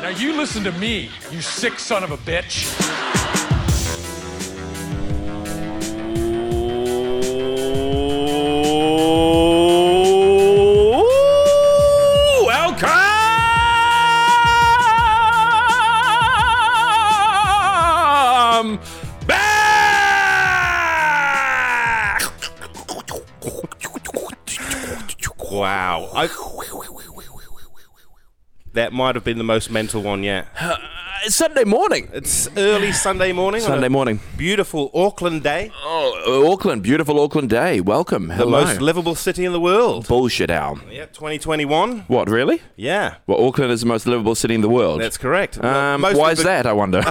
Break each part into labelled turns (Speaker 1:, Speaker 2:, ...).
Speaker 1: Now you listen to me, you sick son of a bitch.
Speaker 2: Welcome back! Wow. I- that might have been the most mental one yet.
Speaker 3: Uh, It's Sunday morning.
Speaker 2: It's early Sunday morning. on
Speaker 3: Sunday
Speaker 2: a
Speaker 3: morning.
Speaker 2: Beautiful Auckland day.
Speaker 3: Oh, Auckland, beautiful Auckland day. Welcome.
Speaker 2: The
Speaker 3: Hello.
Speaker 2: most livable city in the world.
Speaker 3: bullshit hour.
Speaker 2: Yeah, 2021.
Speaker 3: What really?
Speaker 2: Yeah.
Speaker 3: Well, Auckland is the most livable city in the world.
Speaker 2: That's correct.
Speaker 3: um,
Speaker 2: Mostly
Speaker 3: why is
Speaker 2: be-
Speaker 3: that? I wonder.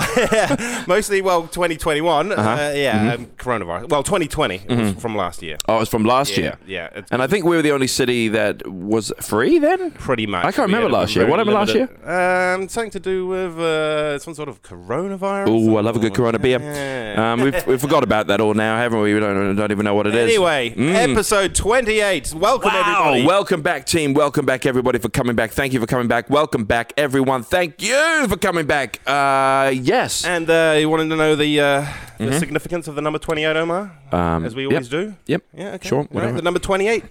Speaker 2: Mostly, well, 2021. uh
Speaker 3: Uh-huh.
Speaker 2: yeah,
Speaker 3: Mm-hmm.
Speaker 2: um, coronavirus. Well, 2020 it was from last year.
Speaker 3: oh, it's from last
Speaker 2: Yeah,
Speaker 3: year.
Speaker 2: yeah, it's-
Speaker 3: and I think we were the only city that was free then.
Speaker 2: Pretty much.
Speaker 3: I can't
Speaker 2: We
Speaker 3: remember
Speaker 2: had a
Speaker 3: last year.
Speaker 2: very
Speaker 3: What happened last
Speaker 2: limited- Um, something to do with uh, some sort of coronavirus.
Speaker 3: Oh, I love a good Corona beer.
Speaker 2: Yeah.
Speaker 3: Um, we've, we've forgot about that all now, haven't we? We don't, don't even know what it is.
Speaker 2: Anyway,
Speaker 3: Mm.
Speaker 2: episode 28. Welcome,
Speaker 3: Wow.
Speaker 2: everybody.
Speaker 3: Welcome back, team. Welcome back, everybody, for coming back. Thank you for coming back. Welcome back, everyone. Thank you for coming back. Uh, yes.
Speaker 2: and uh, you wanted to know the, uh, the significance of the number 28, Omar?
Speaker 3: Mm-hmm. Um,
Speaker 2: as we always
Speaker 3: yep.
Speaker 2: do?
Speaker 3: Yep.
Speaker 2: Yeah, okay.
Speaker 3: Sure.
Speaker 2: All right,
Speaker 3: whatever. Mm-hmm.
Speaker 2: The number 28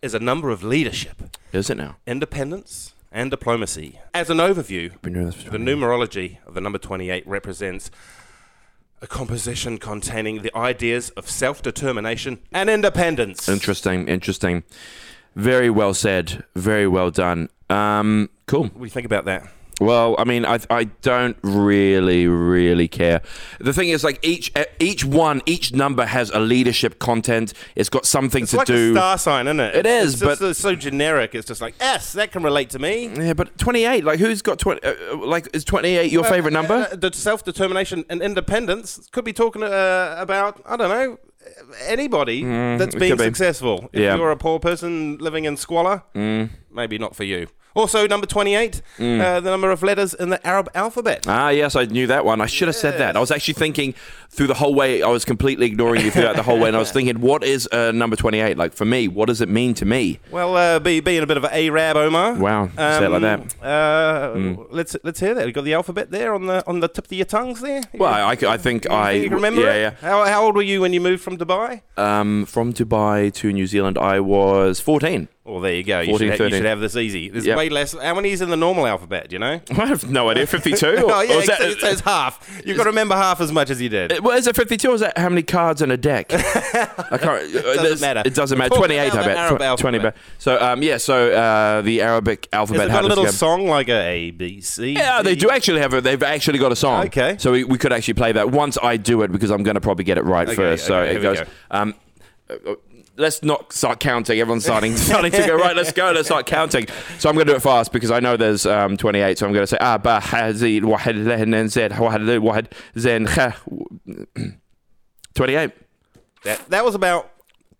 Speaker 2: is a number of leadership,
Speaker 3: Is it now?
Speaker 2: independence, and diplomacy. As an overview,
Speaker 3: Been doing this for
Speaker 2: The numerology of the number 28 represents a composition containing the ideas of self determination and independence.
Speaker 3: Interesting, interesting. Very well said. Very well done. Um, cool.
Speaker 2: What do you think about that?
Speaker 3: Well, I mean, I I don't really really care. The thing is, like each e, each one, each number has a leadership content. It's got something
Speaker 2: It's
Speaker 3: to
Speaker 2: like
Speaker 3: do.
Speaker 2: a star sign, isn't it?
Speaker 3: It is,
Speaker 2: It's just-
Speaker 3: but-
Speaker 2: it's so generic. It's just like S. That can relate to me.
Speaker 3: yeah, but twenty eight. Like, who's got twenty? Uh, uh, like, is twenty eight your favorite number?
Speaker 2: Uh, the self determination and independence could be talking uh, about I don't know anybody that's
Speaker 3: Mm, it
Speaker 2: being
Speaker 3: could be.
Speaker 2: successful. If
Speaker 3: Yeah. Mm.
Speaker 2: you're a poor person living in squalor, maybe not for you. Also, number twenty-eight, uh, the number of letters in the Arab alphabet.
Speaker 3: Ah, yes, I knew that one. I should have said that. I was actually thinking through the whole way. I was completely ignoring you throughout the whole way, and I was thinking, what is uh, number twenty-eight like for me? What does it mean to me?
Speaker 2: Well, uh, be, being a bit of an Arab, Omar. Um,
Speaker 3: Wow, say it like that. Mm.
Speaker 2: Uh, Let's let's hear that. We've got the alphabet there on the on the tip of your tongues there.
Speaker 3: Well, I, I think I
Speaker 2: you can remember
Speaker 3: Yeah,
Speaker 2: it?
Speaker 3: yeah.
Speaker 2: How, how old were you when you moved from Dubai?
Speaker 3: Um, from Dubai to New Zealand, I was 14.
Speaker 2: Well, there you go. You,
Speaker 3: 14,
Speaker 2: should, ha- you
Speaker 3: 13.
Speaker 2: should have this easy. There's
Speaker 3: Yep.
Speaker 2: way less. How many is in the normal alphabet? Do you know?
Speaker 3: I have no idea. 52? Or,
Speaker 2: oh yeah,
Speaker 3: or is that-
Speaker 2: it's, it's, it's half. You've got to remember half as much as you did.
Speaker 3: uh, well, is it 52 or is that how many cards in a deck? I can't. It
Speaker 2: doesn't matter.
Speaker 3: It doesn't
Speaker 2: We're
Speaker 3: matter.
Speaker 2: talking
Speaker 3: 28,
Speaker 2: about
Speaker 3: I
Speaker 2: the
Speaker 3: bet.
Speaker 2: Arab
Speaker 3: Tw- 20,
Speaker 2: alphabet.
Speaker 3: but, so, um, yeah, so uh, the Arabic
Speaker 2: Has
Speaker 3: alphabet.
Speaker 2: it
Speaker 3: how
Speaker 2: got a
Speaker 3: does it
Speaker 2: little
Speaker 3: go?
Speaker 2: song like a A B C?
Speaker 3: Yeah, they
Speaker 2: D?
Speaker 3: do actually have a. They've actually got a song.
Speaker 2: Okay.
Speaker 3: So we, we could actually play that once I do it because I'm going to probably get it right first. So
Speaker 2: okay,
Speaker 3: it
Speaker 2: here we
Speaker 3: goes.
Speaker 2: go.
Speaker 3: Um, uh, uh, let's not start counting. Everyone's starting starting to go right. Let's go. Let's start counting. So I'm going to do it fast because I know there's um, 28. So I'm going to say ah ba ha zid wahid lehn nen zed wahid le wahid zen kha. 28.
Speaker 2: That, that was about.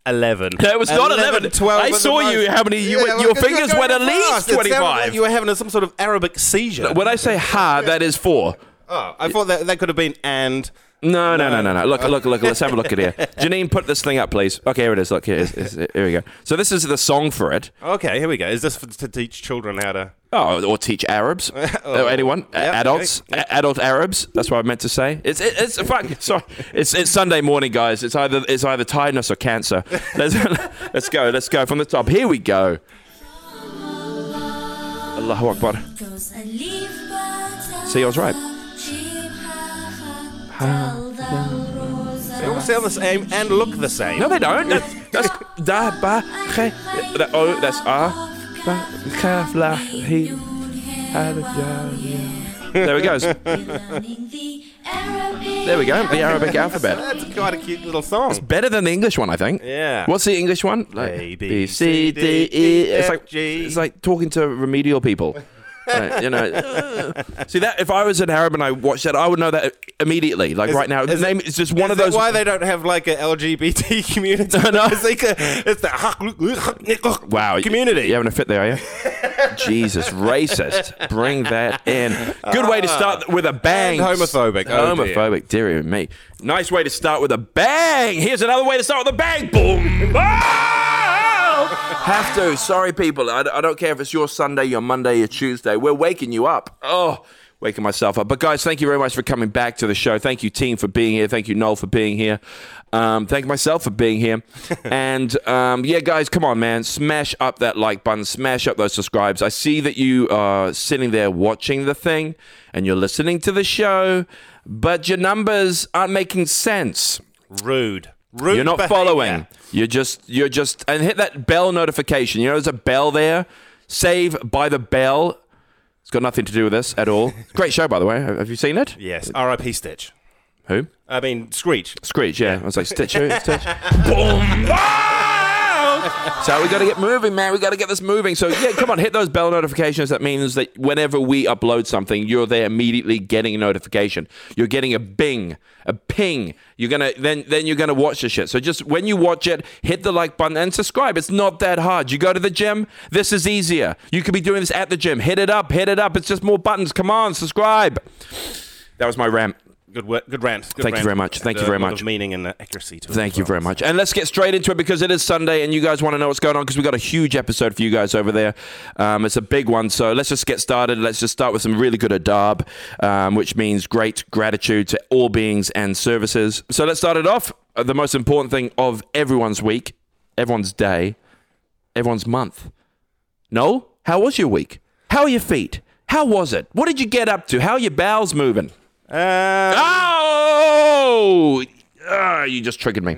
Speaker 2: 11.
Speaker 3: No, it was not 11.
Speaker 2: 12
Speaker 3: I
Speaker 2: at the
Speaker 3: saw
Speaker 2: most.
Speaker 3: you, how many you-
Speaker 2: well,
Speaker 3: your
Speaker 2: it's
Speaker 3: fingers
Speaker 2: going
Speaker 3: went at least
Speaker 2: fast. It sounded
Speaker 3: 25.
Speaker 2: like you were having some sort of Arabic seizure.
Speaker 3: When I say ha, that is four.
Speaker 2: Oh, I thought that, that could have been and.
Speaker 3: No, no, no, no, no. Look, look, look. Let's have a look at here. Janine, put this thing up, please. Okay, here it is. Look, here, it is. here we go. So this is the song for it.
Speaker 2: Okay, here we go. Is this for, to teach children how to?
Speaker 3: Oh, or teach Arabs,
Speaker 2: Oh.
Speaker 3: Uh, anyone, A-
Speaker 2: Yep,
Speaker 3: adults, A- adult Arabs. That's what I meant to say. It's it, it's fuck. Sorry, it's it's Sunday morning, guys. It's either it's either tiredness or cancer. Let's let's go. Let's go from the top. Here we go. Allahu Akbar.
Speaker 4: See, I was right.
Speaker 2: They all sound the same and look the same.
Speaker 3: No, they don't. That's, that's da ba khe. That, oh, that's ah. Ba, kaf, la, he. There it goes. There we go. The Arabic alphabet.
Speaker 2: That's quite a cute little song.
Speaker 3: Better than the English one, I think.
Speaker 2: Yeah.
Speaker 3: What's the English one? Like,
Speaker 2: Uh, A, B, C,
Speaker 3: C,
Speaker 2: D,
Speaker 3: D,
Speaker 2: E,
Speaker 3: E. It's
Speaker 2: F,
Speaker 3: like
Speaker 2: G.
Speaker 3: it's like talking to remedial people. Like, you know, see that if I was an Arab and I watched that, I would know that immediately. Like right now,
Speaker 2: is
Speaker 3: his name
Speaker 2: it-
Speaker 3: is just one
Speaker 2: Is
Speaker 3: of
Speaker 2: that
Speaker 3: those.
Speaker 2: Why they don't have like a LGBT community?
Speaker 3: no.
Speaker 2: it's like a, it's the
Speaker 3: Wow,
Speaker 2: community.
Speaker 3: You having a fit there, are you? Jesus, racist. Bring that in. Good way to start with a bang.
Speaker 2: Ah. And homophobic. Oh, dear.
Speaker 3: homophobic, dear me. Nice way to start with a bang. Here's another way to start with a bang. Boom. Oh! Have to. Sorry, people. I, I don't care if it's your Sunday, your Monday, your Tuesday. We're waking you up. Oh, waking myself up. But, guys, thank you very much for coming back to the show. Thank you, team, for being here. Thank you, Noel, for being here. Um, thank myself for being here. and, um, yeah, guys, come on, man. Smash up that like button. Smash up those subscribes. I see that you are sitting there watching the thing and you're listening to the show, but your numbers aren't making sense.
Speaker 2: Rude. Rude.
Speaker 3: You're not
Speaker 2: behavior.
Speaker 3: following. You're just you're just and hit that bell notification. You know there's a bell there. Save by the bell. It's got nothing to do with this at all. Great show by the way. Have have you seen it?
Speaker 2: Yes. R.I.P. Stitch.
Speaker 3: Who?
Speaker 2: I mean, Screech.
Speaker 3: Screech, yeah. I was like, Stitch, who? Stitch. Boom! so we got to get moving, man. We got to get this moving. So yeah, come on, hit those bell notifications. That means that whenever we upload something, you're there immediately getting a notification. You're getting a bing, a ping. You're gonna then then you're gonna watch the shit. So just when you watch it, hit the like button and subscribe. It's not that hard. You go to the gym. This is easier. You could be doing this at the gym. Hit it up. Hit it up. It's just more buttons. Come on, subscribe. That was my rant.
Speaker 2: Good work. Good rant. Good
Speaker 3: Thank you
Speaker 2: rant.
Speaker 3: very much. Thank
Speaker 2: And a
Speaker 3: you very
Speaker 2: lot
Speaker 3: much.
Speaker 2: Of meaning and uh, accuracy to it
Speaker 3: Thank
Speaker 2: as
Speaker 3: you
Speaker 2: well.
Speaker 3: very much. And let's get straight into it because it is Sunday and you guys want to know what's going on because we got a huge episode for you guys over there. Um, it's a big one. So let's just get started. Let's just start with some really good adab, um, which means great gratitude to all beings and services. So let's start it off. Uh, The most important thing of everyone's week, everyone's day, everyone's month. No? How was your week? How are your feet? How was it? What did you get up to? How are your bowels moving?
Speaker 2: Uh,
Speaker 3: Oh! Ah, you just triggered me.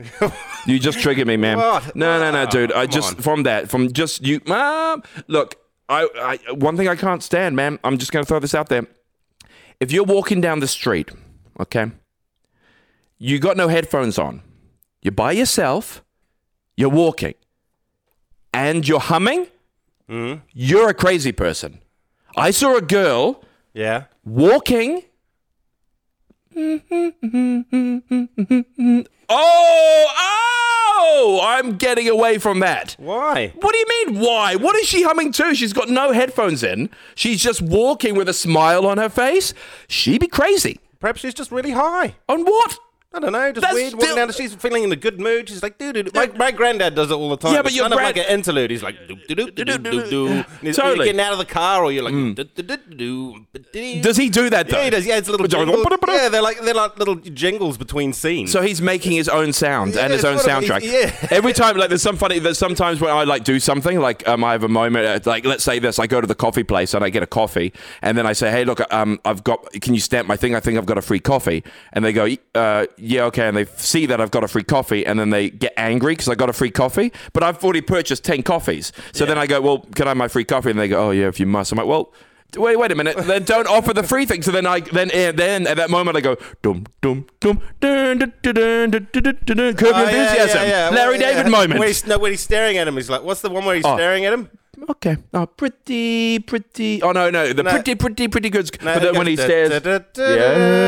Speaker 3: you just triggered me, man.
Speaker 2: What? Ah,
Speaker 3: No, no, no, dude. I just
Speaker 2: on.
Speaker 3: from that, from just you, mom. Look, I, I one thing I can't stand, man. I'm just gonna throw this out there. If you're walking down the street, okay, you got no headphones on, you're by yourself, you're walking, and you're humming. You're a crazy person. I saw a girl
Speaker 2: yeah.
Speaker 3: walking. Oh, oh! I'm getting away from that.
Speaker 2: Why?
Speaker 3: What do you mean, why? What is she humming to? She's got no headphones in. She's just walking with a smile on her face. She be crazy.
Speaker 2: Perhaps she's just really high.
Speaker 3: On what?
Speaker 2: I don't know. Just
Speaker 3: That's
Speaker 2: weird. Walking
Speaker 3: still-
Speaker 2: down, the- she's feeling in a good mood. She's like, dude, dude. My, my granddad does it all the time.
Speaker 3: Yeah, but
Speaker 2: It's
Speaker 3: your
Speaker 2: kind of
Speaker 3: grand-
Speaker 2: like an interlude. He's like, doo doo doo doo doo doo. And it's-
Speaker 3: Totally. Mm.
Speaker 2: You're getting out of the car, or you're like, doo doo doo doo. doo.
Speaker 3: Does he do that though?
Speaker 2: Yeah, he does. Yeah, it's little.
Speaker 3: Don't-
Speaker 2: Jingles. Yeah, they're like they're like little jingles between scenes.
Speaker 3: So he's making his own sounds and
Speaker 2: Yeah,
Speaker 3: his own
Speaker 2: sort of,
Speaker 3: soundtrack.
Speaker 2: he's- yeah.
Speaker 3: Every time, like, there's some funny. There's sometimes when I like do something, like, um, I have a moment. uh, Like, let's say this: I go to the coffee place and I get a coffee, and then I say, "Hey, look, um, I've got. Can you stamp my thing? I think I've got a free coffee." And they go, uh, "Yeah, okay." And they see that I've got a free coffee, and then they get angry because I got a free coffee, but I've already purchased ten coffees. So then I go, "Well, can I have my free coffee?" And they go, "Oh yeah, if you must." I'm like, "Well." wait, wait a minute. Then don't offer the free thing. So then I then eh, then at that moment I go dum dum dum dun dun dun dun dun dun dun dun curb your
Speaker 2: Oh, yeah,
Speaker 3: enthusiasm.
Speaker 2: yeah, yeah.
Speaker 3: Larry
Speaker 2: Well, yeah.
Speaker 3: David moment. Oh.
Speaker 2: When he's, no, when he's staring at him, he's like, "What's the one where he's staring at him?"
Speaker 3: Okay. Oh, pretty, pretty. Oh no, no, the
Speaker 2: No.
Speaker 3: pretty, pretty, pretty good.
Speaker 2: No,
Speaker 3: but then
Speaker 2: he
Speaker 3: when he
Speaker 2: goes,
Speaker 3: stares,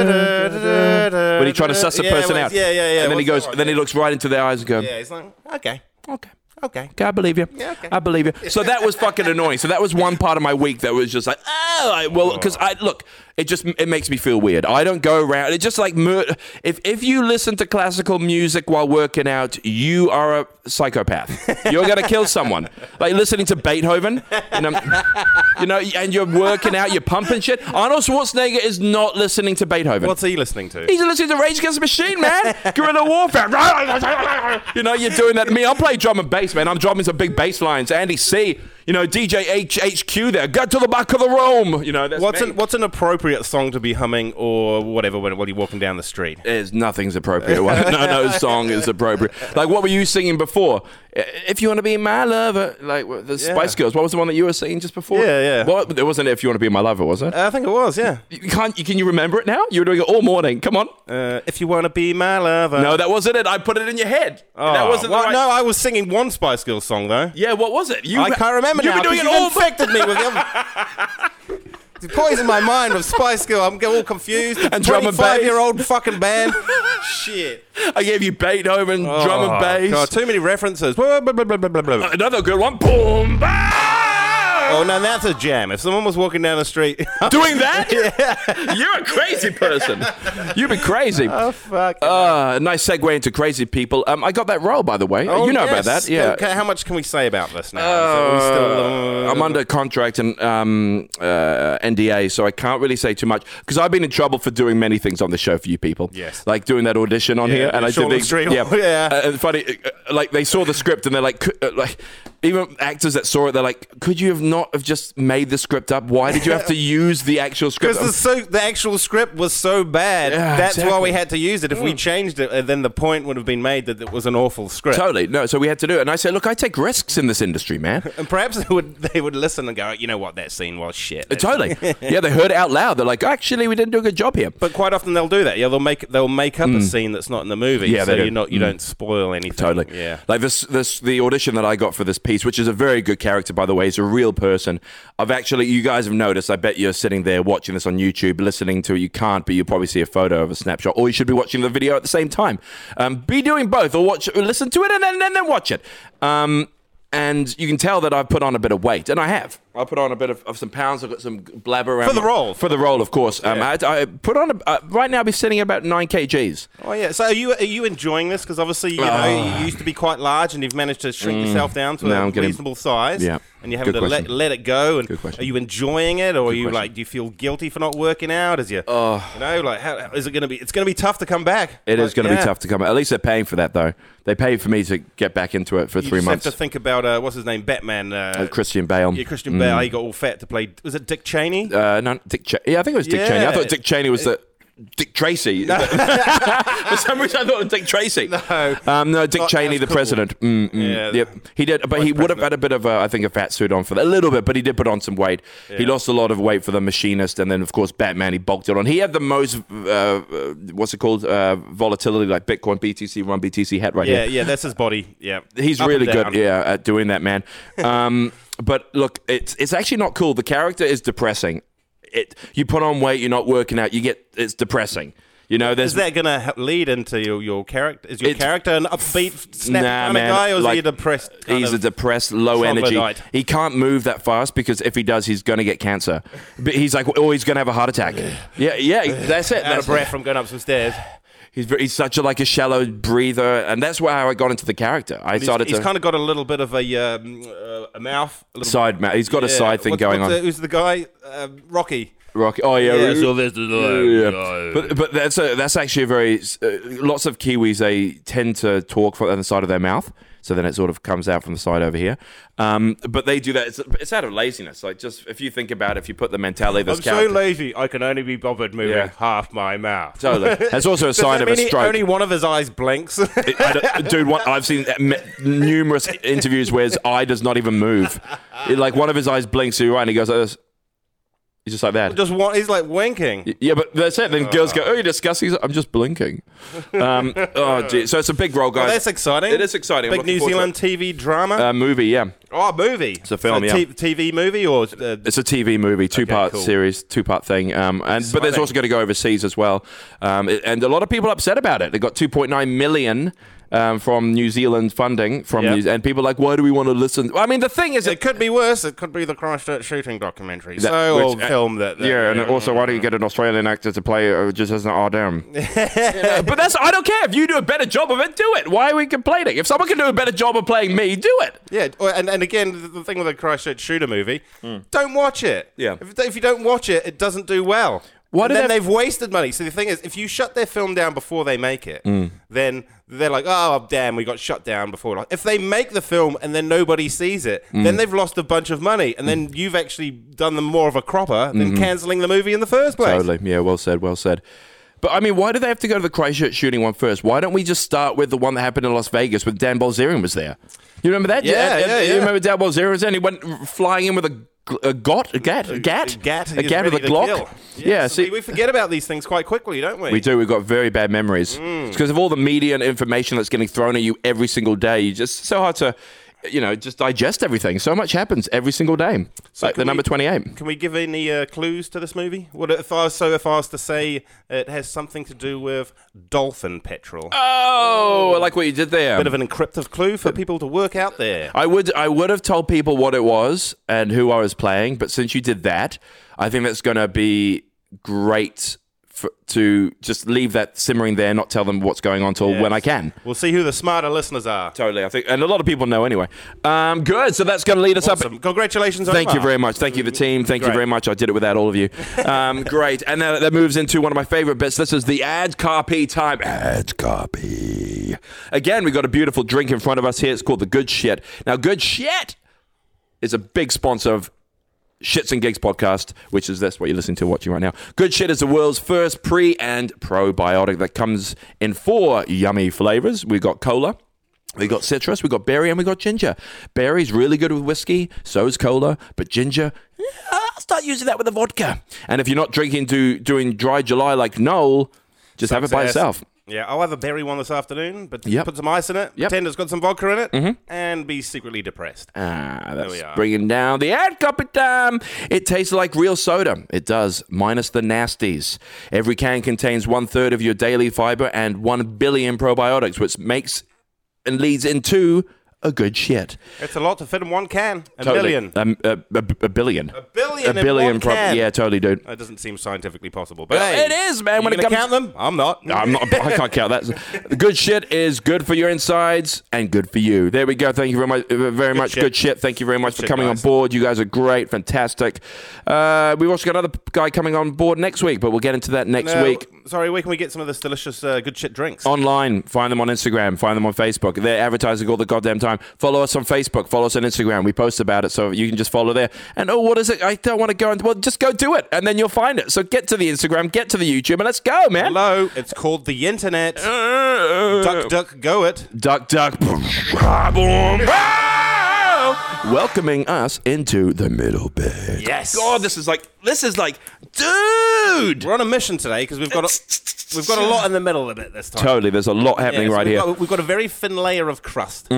Speaker 2: "Da-da-da-da-da-da-da-da-da-da-da-da-da-da."
Speaker 3: when he trying to suss a
Speaker 2: Yeah,
Speaker 3: person
Speaker 2: well,
Speaker 3: out,
Speaker 2: yeah, yeah, yeah.
Speaker 3: and then he
Speaker 2: What's
Speaker 3: goes,
Speaker 2: that one?
Speaker 3: then he looks right into their eyes and goes,
Speaker 2: Yeah, he's like, "Okay,
Speaker 3: okay.
Speaker 2: okay."
Speaker 3: Okay, I believe you.
Speaker 2: Yeah, okay.
Speaker 3: I believe you. So that was fucking annoying. So that was one part of my week that was just like, oh, I, well, because I look, it just it makes me feel weird. I don't go around. It just like mur- if if you listen to classical music while working out, you are a psychopath. You're gonna kill someone. Like listening to Beethoven, and i you know, and you're working out, you're pumping shit. Arnold Schwarzenegger is not listening to Beethoven.
Speaker 2: What's he listening to?
Speaker 3: He's listening to Rage Against the Machine, man. Guerrilla warfare. you know, you're doing that to me. I'm playing drum and bass, man. I'm drumming some big bass lines. Andy C. You know, DJ H- HQ there. Get to the back of the room. You know, that's
Speaker 2: What's
Speaker 3: me.
Speaker 2: an, what's an appropriate song to be humming or whatever when, while you're walking down the street?
Speaker 3: There's nothing's appropriate. Well, no, no song is appropriate. Like, what were you singing before? I- If you want to be my lover, like what- the Spice Girls. What was the one that you were singing just before?
Speaker 2: Yeah, yeah.
Speaker 3: What? It wasn't. If you want to be my lover, was it?
Speaker 2: I think it was, yeah.
Speaker 3: You can't. You, can you remember it now? You were doing it all morning. Come on.
Speaker 2: Uh, if you wanna be my lover.
Speaker 3: No, that wasn't it. I put it in your head.
Speaker 2: Oh,
Speaker 3: that wasn't the
Speaker 2: well,
Speaker 3: right-
Speaker 2: No, I was singing one Spice Girls song though.
Speaker 3: Yeah, what was it? You,
Speaker 2: I can't remember
Speaker 3: You've
Speaker 2: now.
Speaker 3: been doing
Speaker 2: 'cause
Speaker 3: it all
Speaker 2: you've infected me with. You poisoned my mind with Spice Girl. I'm all confused.
Speaker 3: And drum and bass.
Speaker 2: 25 year old fucking band. Shit.
Speaker 3: I gave you Beethoven, drum and
Speaker 2: Oh,
Speaker 3: bass.
Speaker 2: God, too many references. Blah, blah, blah, blah, blah, blah, blah.
Speaker 3: Another good one. Boom, bow.
Speaker 2: Oh, now that's a jam. If someone was walking down the street,
Speaker 3: Doing that? You're a crazy person. You've been crazy.
Speaker 2: oh fuck.
Speaker 3: Uh, nice segue into crazy people. Um, I got that role, by the way.
Speaker 2: Oh,
Speaker 3: you know about
Speaker 2: yes.
Speaker 3: that, yeah.
Speaker 2: Okay, how much can we say about this now? Is it- we still-
Speaker 3: Uh, I'm under contract and um, uh, NDA, so I can't really say too much because I've been in trouble for doing many things on the show for you people.
Speaker 2: Yes.
Speaker 3: like doing that audition on
Speaker 2: Yeah,
Speaker 3: here, and I
Speaker 2: Sean
Speaker 3: did the
Speaker 2: Street. Yeah.
Speaker 3: Uh, and funny, uh, uh, like they saw the script and they're like, "Could- uh, like even actors that saw it, they're like, could you have not have just made the script up? Why did you have to use the actual script?
Speaker 2: Because the, so, the actual script was so bad,
Speaker 3: Yeah,
Speaker 2: that's why we
Speaker 3: exactly.
Speaker 2: had to use it. If we changed it, uh, then the point would have been made that it was an awful script.
Speaker 3: Oh, Totally. No, so we had to do it. And I said, look, I take risks in this industry, man. Uh,
Speaker 2: And perhaps they would they would listen and go, you know what, that scene was shit.
Speaker 3: Uh, totally. Yeah, they heard it out loud. They're like, actually, we didn't do a good job here.
Speaker 2: But quite often they'll do that. Yeah, they'll make they'll make up a scene that's not in the movie.
Speaker 3: Hmm. Yeah,
Speaker 2: so
Speaker 3: they do.
Speaker 2: you're not you
Speaker 3: Mm.
Speaker 2: don't spoil anything.
Speaker 3: Totally.
Speaker 2: Yeah.
Speaker 3: Like this, this, the audition that I got for this piece, which is a very good character, by the way. He's a real person. I've actually, you guys have noticed. I bet you're sitting there watching this on YouTube, listening to it. You can't, but you probably see a photo of a snapshot, or you should be watching the video at the same time. Um, be doing both, or watch, or listen to it, and then and then watch it. Um, and you can tell that I've put on a bit of weight, and I have. I put on a bit of, of some pounds. I've got some blabber around
Speaker 2: For the
Speaker 3: my-
Speaker 2: role.
Speaker 3: For the role, of course. Um, I, I put on a, uh, right now. I'll be sitting at about nine kgs.
Speaker 2: Oh yeah. So are you are you enjoying this? Because obviously you know you used to be quite large and you've managed to shrink yourself down to
Speaker 3: No,
Speaker 2: a
Speaker 3: Ah. Mm. I'm getting-
Speaker 2: reasonable size.
Speaker 3: Yeah.
Speaker 2: And you haven't
Speaker 3: Good
Speaker 2: to let,
Speaker 3: question.
Speaker 2: let it go. And
Speaker 3: Good question.
Speaker 2: are you enjoying it, or are you
Speaker 3: question.
Speaker 2: like do you feel guilty for not working out? Is you you know like how, how is it going to be? It's going to be tough to come back.
Speaker 3: It is
Speaker 2: Like,
Speaker 3: going to
Speaker 2: yeah.
Speaker 3: be tough to come. At least they're paying for that, though. They paid for me to get back into it for
Speaker 2: You
Speaker 3: three
Speaker 2: just
Speaker 3: months.
Speaker 2: have to think about uh, what's his name, Batman. Uh,
Speaker 3: Uh, Christian Bale. Mm.
Speaker 2: yeah, Christian Bale. He got all fat to play. Was it Dick Cheney?
Speaker 3: Uh, no, Dick. Ch- yeah, I think it was Dick Cheney. I
Speaker 2: Yeah.
Speaker 3: thought Dick Cheney was the Dick Tracy. for some reason, I thought it was Dick Tracy. No, um, no, Dick
Speaker 2: Not
Speaker 3: Cheney,
Speaker 2: as
Speaker 3: the
Speaker 2: cool.
Speaker 3: president. Mm, mm,
Speaker 2: Yeah.
Speaker 3: Yep, he did, but he would have had a bit of, a, I think, a fat suit on for that, a little bit. But he did put on some weight. He lost a lot of weight for the machinist, and then of course Batman. He bulked it on. He had the most, uh, uh, what's it called, uh, volatility like Bitcoin, BTC, one BTC hat right
Speaker 2: Yeah,
Speaker 3: here.
Speaker 2: yeah, that's his body. Yeah,
Speaker 3: he's
Speaker 2: Up and
Speaker 3: really good
Speaker 2: down.
Speaker 3: yeah at doing that man um but look it's it's actually not cool the character is depressing it you put on weight you're not working out you get it's depressing you know there's
Speaker 2: Is that going to lead into your, your character? Is your
Speaker 3: It's-
Speaker 2: character an upbeat, snap
Speaker 3: Nah,
Speaker 2: kind
Speaker 3: man,
Speaker 2: of guy, or is
Speaker 3: like,
Speaker 2: he a depressed? kind
Speaker 3: He's a
Speaker 2: of-
Speaker 3: depressed, low energy.
Speaker 2: troglodyte?
Speaker 3: He can't move that fast because if he does, he's going to get cancer. But he's like, oh, he's going to have a heart attack. yeah, yeah, that's it.
Speaker 2: out
Speaker 3: that's
Speaker 2: of breath from going up some stairs.
Speaker 3: He's, ver- he's such a like a shallow breather, and that's why I got into the character. I
Speaker 2: He's,
Speaker 3: started
Speaker 2: he's
Speaker 3: to
Speaker 2: kind of got a little bit of a, um, uh, a mouth. A little
Speaker 3: side. ma- He's got a
Speaker 2: Yeah.
Speaker 3: side thing
Speaker 2: What's-
Speaker 3: going
Speaker 2: what's
Speaker 3: on.
Speaker 2: the- who's the guy? Um Rocky.
Speaker 3: Rocky. Oh yeah,
Speaker 2: Yeah,
Speaker 3: Ru-
Speaker 2: Sylvester
Speaker 3: Yeah. But but that's a, that's actually a very uh, lots of Kiwis they tend to talk from the side of their mouth, so then it sort of comes out from the side over here. Um, but they do that. It's, it's out of laziness. Like just if you think about it, if you put the mentality of this
Speaker 2: I'm so
Speaker 3: character.
Speaker 2: lazy. I can only be bothered moving
Speaker 3: Yeah.
Speaker 2: half my mouth.
Speaker 3: Totally. That's also a
Speaker 2: Does
Speaker 3: sign
Speaker 2: that
Speaker 3: of a
Speaker 2: mean he-
Speaker 3: stroke.
Speaker 2: Only one of his eyes blinks.
Speaker 3: I don't- dude, one, I've seen m- numerous interviews where his eye does not even move. It, like one of his eyes blinks to you right, and he goes like this. He's just like that.
Speaker 2: Just one. He's like winking.
Speaker 3: Yeah, but that's it. Then girls go, "Oh, you're disgusting." He's like, I'm just blinking. Um, oh, gee. so it's a big role, guys.
Speaker 2: Oh, that's exciting.
Speaker 3: It is exciting. I'm
Speaker 2: Big
Speaker 3: looking
Speaker 2: New
Speaker 3: forward to
Speaker 2: Zealand TV drama.
Speaker 3: Uh, movie, yeah.
Speaker 2: oh, movie. It's
Speaker 3: a film, yeah.
Speaker 2: TV movie or uh,
Speaker 3: It's a TV movie, two part
Speaker 2: cool.
Speaker 3: series, two part thing. Um, and but there's also going to go overseas as well. Um, it- and a lot of people are upset about it. They got 2.9 million um, from New Zealand funding from
Speaker 2: Yeah.
Speaker 3: New, and people are like, why do we want to listen? Well, I mean, the thing is,
Speaker 2: It could be worse. It could be the Christchurch shooting documentary.
Speaker 3: that-
Speaker 2: so
Speaker 3: which- uh,
Speaker 2: old film that. that-
Speaker 3: yeah, and also, why do you get an Australian actor to play uh, just as an oh damn? but that's I don't care if you do a better job of it. Do it. Why are we complaining? If someone can do a better job of playing me, do it.
Speaker 2: yeah. or- And, and again, the- the thing with the Christchurch shooter movie, don't watch it.
Speaker 3: Hmm. Yeah.
Speaker 2: If, if you don't watch it, it doesn't do well.
Speaker 3: Why do
Speaker 2: And then
Speaker 3: they-
Speaker 2: they've wasted money. So the thing is, if you shut their film down before they make it,
Speaker 3: Hmm.
Speaker 2: then they're like, "Oh damn, we got shut down before." Like, if they make the film and then nobody sees it,
Speaker 3: Hmm.
Speaker 2: then they've lost a bunch of money, and then you've actually done them more of a cropper than
Speaker 3: Mm-hmm.
Speaker 2: canceling the movie in the first place.
Speaker 3: Totally. Yeah, well said, well said. But I mean, why do they have to go to the Christchurch shooting one first? Why don't we just start with the one that happened in Las Vegas with Dan Bolzerian was there? You remember that?
Speaker 2: Yeah, yeah, yeah.
Speaker 3: You remember Dan Bolzerian was there? And he went flying in with a, gl- a got, a gat, a gat,
Speaker 2: A gat,
Speaker 3: a
Speaker 2: is
Speaker 3: gat with a
Speaker 2: ready to
Speaker 3: Glock.
Speaker 2: kill.
Speaker 3: Yeah, see,
Speaker 2: we, we forget about these things quite quickly, don't we?
Speaker 3: we do. We've got very bad
Speaker 2: Mm.
Speaker 3: memories because of all the media and information that's getting thrown at you every single day. You just it's so hard to you know, just digest everything. So much happens every single day. like the
Speaker 2: can
Speaker 3: number
Speaker 2: we-
Speaker 3: 28.
Speaker 2: Can we give any uh, clues to this movie? What if I was so if I was to say it has something to do with dolphin petrol?
Speaker 3: Oh, I like what you did there.
Speaker 2: Bit of an encryptive clue
Speaker 3: uh,
Speaker 2: for people to work out there.
Speaker 3: I would I would have told people what it was and who I was playing, but since you did that, I think that's going to be great for, to just leave that simmering there, not tell them what's going on till when I can.
Speaker 2: We'll see who the smarter listeners are.
Speaker 3: Totally, I think, and a lot of people know anyway. Um, good, so that's going to lead us up.
Speaker 2: Awesome. Congratulations,
Speaker 3: Thank you
Speaker 2: Omar.
Speaker 3: very much. Thank you, the team. Thank you
Speaker 2: Great.
Speaker 3: very much. I did it without all of you. Um, great. And that, that moves into one of my favorite bits. This is the ad copy time. Ad copy. Again, we've got a beautiful drink in front of us here. It's called the Good Shit. Now, Good Shit is a big sponsor of Shits and Gigs podcast, which is that's what you're listening to, watching right now. Good Shit is the world's first pre and probiotic that comes in four yummy flavors. We've got cola. We got citrus, we got berry, and we got ginger. Berry's really good with whiskey, so is cola, but ginger, eh, I'll start using that with a vodka. And if you're not drinking to doing dry July like Noel, just have it by
Speaker 2: Yes.
Speaker 3: itself.
Speaker 2: Yeah, I'll have a berry one this afternoon, but
Speaker 3: Yep.
Speaker 2: put some ice in it,
Speaker 3: Yep. Mm-hmm.
Speaker 2: pretend it's got some vodka in it, and be secretly depressed.
Speaker 3: Ah, that's
Speaker 2: we are.
Speaker 3: bringing down the ad copy time. It tastes like real soda. It does, minus the nasties. Every can contains one third of your daily fiber and one billion probiotics, which makes and leads into a good shit.
Speaker 2: It's a lot to fit in one can. A
Speaker 3: Totally.
Speaker 2: million.
Speaker 3: Um, a, a, a billion. A
Speaker 2: billion in one
Speaker 3: prob-
Speaker 2: can.
Speaker 3: Yeah, totally, dude.
Speaker 2: That doesn't seem scientifically possible, but
Speaker 3: Well,
Speaker 2: hey,
Speaker 3: it is, man,
Speaker 2: you
Speaker 3: when it
Speaker 2: gonna count
Speaker 3: comes-
Speaker 2: them, I'm not.
Speaker 3: I'm not. I can't count that. The good shit is good for your insides and good for you. There we go. Thank you very much. uh, Very much.
Speaker 2: shit.
Speaker 3: Good shit. Thank you very much for
Speaker 2: shit,
Speaker 3: coming
Speaker 2: guys.
Speaker 3: on board. You guys are great. Fantastic. Uh, we've also got another guy coming on board next week, but we'll get into that next
Speaker 2: No,
Speaker 3: week.
Speaker 2: Sorry, where can we get some of this delicious uh, good shit drinks?
Speaker 3: Online, find them on Instagram, find them on Facebook. They're advertising all the goddamn time. Follow us on Facebook, follow us on Instagram. We post about it, so you can just follow there. And oh, what is it? I don't want to go. And, well, just go do it, and then you'll find it. So get to the Instagram, get to the YouTube, and let's go, man. Uh,
Speaker 2: Hello, it's called the internet. duck, duck, go it.
Speaker 3: Duck, duck. Boom. Welcoming us into the middle bit.
Speaker 2: Yes.
Speaker 3: God, this is like, this is like, dude.
Speaker 2: We're on a mission today because we've got a, we've got a lot in the middle of it this time.
Speaker 3: Totally, there's a lot
Speaker 2: Yeah,
Speaker 3: happening
Speaker 2: so
Speaker 3: right
Speaker 2: we've
Speaker 3: here. Mm.
Speaker 2: Got, we've got a very thin layer of crust.